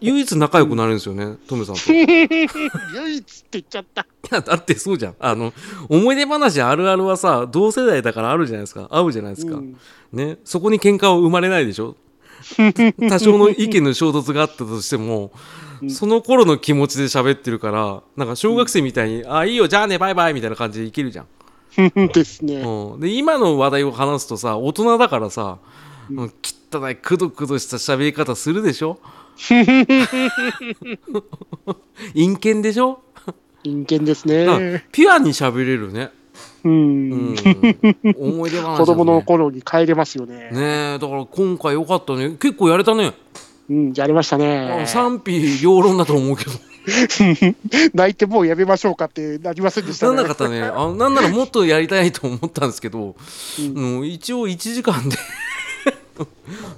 Speaker 1: 唯一仲良くなれるんですよね、トメさんと。い
Speaker 2: 唯一って言っちゃった。
Speaker 1: や、だってそうじゃん。あの、思い出話あるあるはさ、同世代だからあるじゃないですか。合うじゃないですか。
Speaker 2: うん
Speaker 1: ね。そこに喧嘩は生まれないでし ょ多少の意見の衝突があったとしても、その頃の気持ちで喋ってるから、なんか小学生みたいに、あ、いいよ、じゃあね、バイバイみたいな感じでいけるじゃん。
Speaker 2: ですね。
Speaker 1: うん、で今の話題を話すとさ大人だからさ、うん、汚いくどくどした喋り方するでし ょ陰険でしょ
Speaker 2: 人間です
Speaker 1: だから
Speaker 2: ね。
Speaker 1: ピュアに喋れるね、
Speaker 2: う。
Speaker 1: うんん、思い出話だね
Speaker 2: 子供の頃に帰れますよね。
Speaker 1: ねえだから今回良かったね結構やれたね、
Speaker 2: うん、やりましたね。
Speaker 1: 賛否両論だと思う けど
Speaker 2: 泣いてもうやめましょうかってなりませんでした
Speaker 1: なん
Speaker 2: ね。
Speaker 1: なかったねあなんならもっとやりたいと思ったんですけど、
Speaker 2: うん
Speaker 1: うん、一応1時間で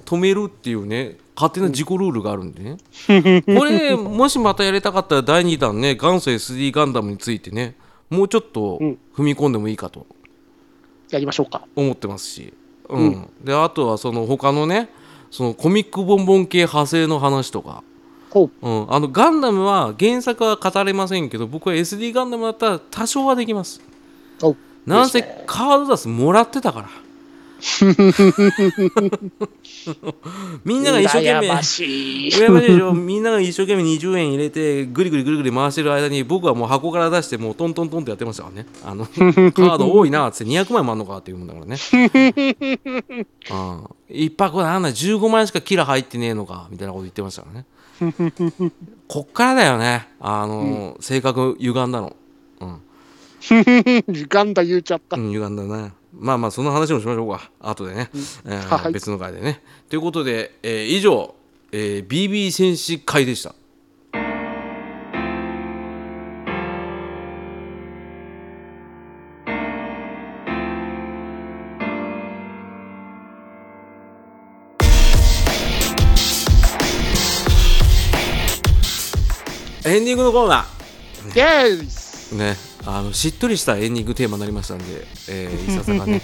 Speaker 1: 止めるっていうね勝手な自己ルールがあるんでね、これもしまたやりたかったら第2弾ね元祖 SD ガンダムについてねもうちょっと
Speaker 2: うん
Speaker 1: 踏み込んでもいいかと
Speaker 2: やりましょうか。
Speaker 1: 思ってますし、うんであとはその他のねそのコミックボンボン系派生の話とか、
Speaker 2: ほう。
Speaker 1: うん、あのガンダムは原作は語れませんけど僕は SD ガンダムだったら多少はできます
Speaker 2: お
Speaker 1: なんせ
Speaker 2: ですね
Speaker 1: カードダスもらってたから みんなが一生懸命
Speaker 2: 羨ましい。
Speaker 1: 羨ましいでしょみんなが一生懸命20円入れてぐりぐりぐりぐり回してる間に僕はもう箱から出してもうトントントンってやってましたからねあのカード多いなっつって200枚もあんのかっていうもんだからねああ一泊なんだ15枚しかキラ入ってねえのかみたいなこと言ってましたからねこっからだよねあの、性格歪んだのうん、
Speaker 2: ガンダ言うちゃった
Speaker 1: う。ん、歪んだなまあまあその話もしましょうか後でね、えー
Speaker 2: はい
Speaker 1: 別の回でねということで、えー以上、えー BB 戦士会でしたエンディングのコーナ
Speaker 2: イエーイス
Speaker 1: ーねあのしっとりしたエンディングテーマになりましたんで、えー、いささかね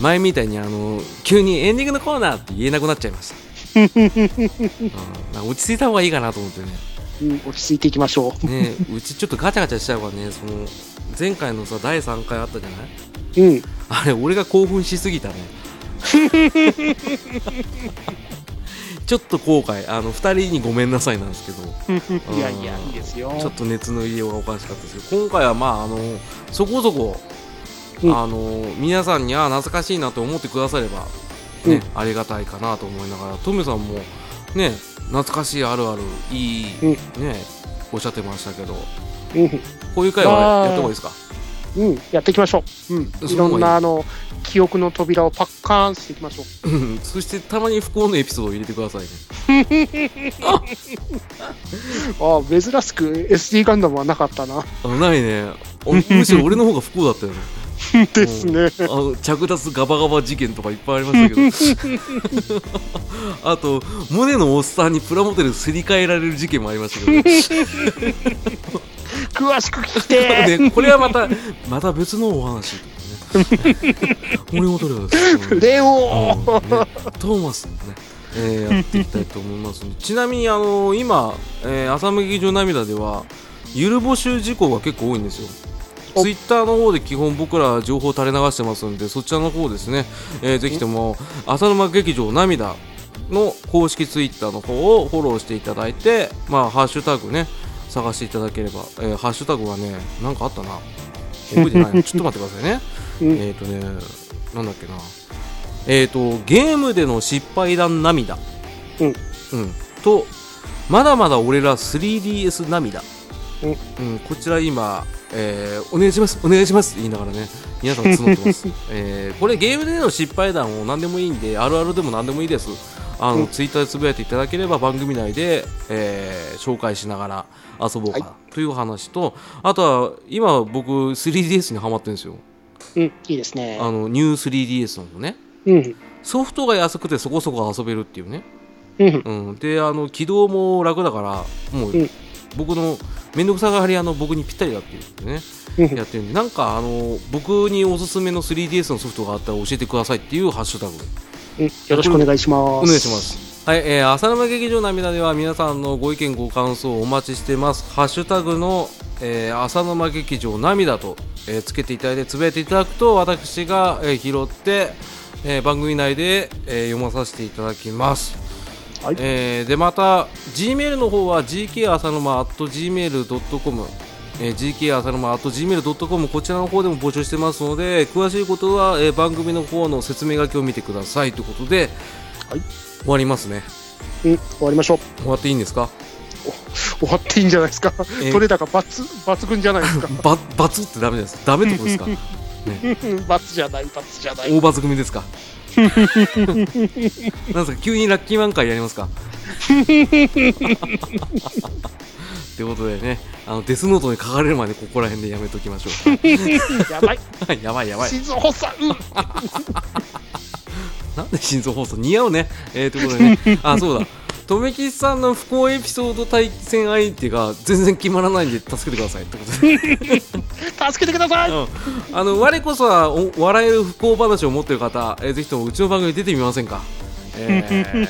Speaker 1: 前みたいにあの急にエンディングのコーナーって言えなくなっちゃいましたうんなんか落ち着いた方がいいかなと思ってね
Speaker 2: うん落ち着いていきましょ。
Speaker 1: ねうちちょっとガチャガチャしちゃうからねその前回のさ第3回あったじゃないう
Speaker 2: うん。
Speaker 1: あれ俺が興奮しすぎたねちょっと後悔あの2人にごめんなさいなんですけど
Speaker 2: いやいや、いいですよ。
Speaker 1: ちょっと熱の入れようがおかしかったですけど今回はまああのそこそこ、
Speaker 2: うん
Speaker 1: あの皆さんにあ懐かしいなと思ってくだされば、ねありがたいかなと思いながらトムさんもね懐かしいあるあるいい、
Speaker 2: うん
Speaker 1: ねおっしゃってましたけど
Speaker 2: うん
Speaker 1: こういう会はやった方がいいですか
Speaker 2: うん、やっていきましょう。うん、
Speaker 1: そう
Speaker 2: いろんなあの記憶の扉をパッカーンしていきましょう。
Speaker 1: うんそしてたまに不幸のエピソードを入れてくださいね
Speaker 2: ああ、珍しく SD ガンダムはなかったな。
Speaker 1: あないねおむしろ俺の方が不幸だったよね
Speaker 2: ですね。
Speaker 1: あの着脱ガバガバ事件とかいっぱいありましたけど あとモネのおっさんにプラモデルすり替えられる事件もありましたけど
Speaker 2: 詳しく聞きて
Speaker 1: ね ねこれはまたまた別のお話とかね 森本亮です、
Speaker 2: ー。レ
Speaker 1: うんね
Speaker 2: オ、
Speaker 1: トーマスね、えーやっていきたいと思いますので ちなみにあの今、えー、朝向劇場涙ではゆる募集事項が結構多いんですよ
Speaker 2: お
Speaker 1: ツイッターの方で基本僕ら情報垂れ流してますんでそちらの方ですね、えーぜひとも浅沼劇場涙の公式ツイッターの方をフォローしていただいてまあハッシュタグね探していただければ、えーハッシュタグはねなんかあったな覚えてないなちょっと待ってくださいね
Speaker 2: うん
Speaker 1: えっ、とねなんだっけなえー、とゲームでの失敗談涙、
Speaker 2: うん
Speaker 1: うんとまだまだ俺ら 3DS 涙、
Speaker 2: うん
Speaker 1: うんこちら今、えーお願いしますお願いしますって言いながらね皆さん募って ます、えーこれゲームでの失敗談を何でもいいんであるあるでも何でもいいですあの、
Speaker 2: うん
Speaker 1: ツイッターでつぶやいていただければ番組内で、えー紹介しながら遊ぼうかなという話と、あとは今僕 3DS にハマってるんですよ
Speaker 2: うん、いいですね。
Speaker 1: あのニュー 3DS の方ね
Speaker 2: うん、
Speaker 1: ソフトが安くてそこそこ遊べるっていうね、
Speaker 2: うん、
Speaker 1: うん、であの起動も楽だからもう、
Speaker 2: うん
Speaker 1: 僕の面倒くさがり屋の僕にぴったりだっていうことでね
Speaker 2: うん
Speaker 1: やってるんでなんかあの僕におすすめの 3DS のソフトがあったら教えてくださいっていうハッシュタグ
Speaker 2: うん。よろしくお願いします。
Speaker 1: お願いしま。すはい、えー、浅沼劇場涙では皆さんのご意見ご感想をお待ちしてますハッシュタグの、えー、浅沼劇場涙と、えーつけていただいてつぶやいていただくと私が、えー拾って、えー番組内で、えー読まさせていただきます
Speaker 2: はい
Speaker 1: えーでまた G メールの方は GK 浅沼 at gmail.com えー、GK 浅沼 at gmail.com こちらの方でも募集してますので詳しいことは、えー番組の方の説明書きを見てくださいということで、
Speaker 2: はい
Speaker 1: 終わりますね
Speaker 2: うん、終わりましょう。
Speaker 1: 終わっていいんですか
Speaker 2: 終わっていいんじゃないですか。
Speaker 1: えー
Speaker 2: 取れたか抜抜群じゃないですか。
Speaker 1: ババツってダメですダメってことですか
Speaker 2: うんバツじゃない、バツじゃない。
Speaker 1: 大バツ組ですか なんですか急にラッキーマン会やりますかってことでねあのデスノートに書かれるまでここら辺でやめときましょ
Speaker 2: や ばい。
Speaker 1: うやばいやばい
Speaker 2: 静岡さん。うん
Speaker 1: なんで心臓放送似合うね。えー、ということでね。あ、そうだ。とめきちさんの不幸エピソード対戦相手が全然決まらないんで助けてくださいってことで、
Speaker 2: 助けてください。
Speaker 1: うん、あの我こそはお笑える不幸話を持ってる方、えーぜひともうちの番組に出てみませんか、え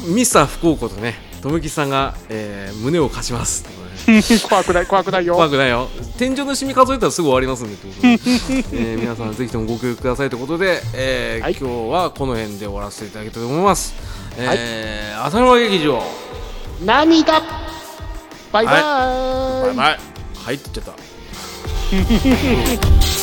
Speaker 1: ー、ミスター不幸ことねとめきちさんが、えー胸を貸しますってことでね
Speaker 2: 怖くない、怖くないよ。
Speaker 1: 怖くないよ天井の染み数えたらすぐ終わりますんでってことで、えー皆さんぜひともご協力くださいということで、えー
Speaker 2: はい
Speaker 1: 今日はこの辺で終わらせていただきたいと思います、えー、浅沼劇場
Speaker 2: 涙バイバイ、
Speaker 1: バイバイはいって言っちゃった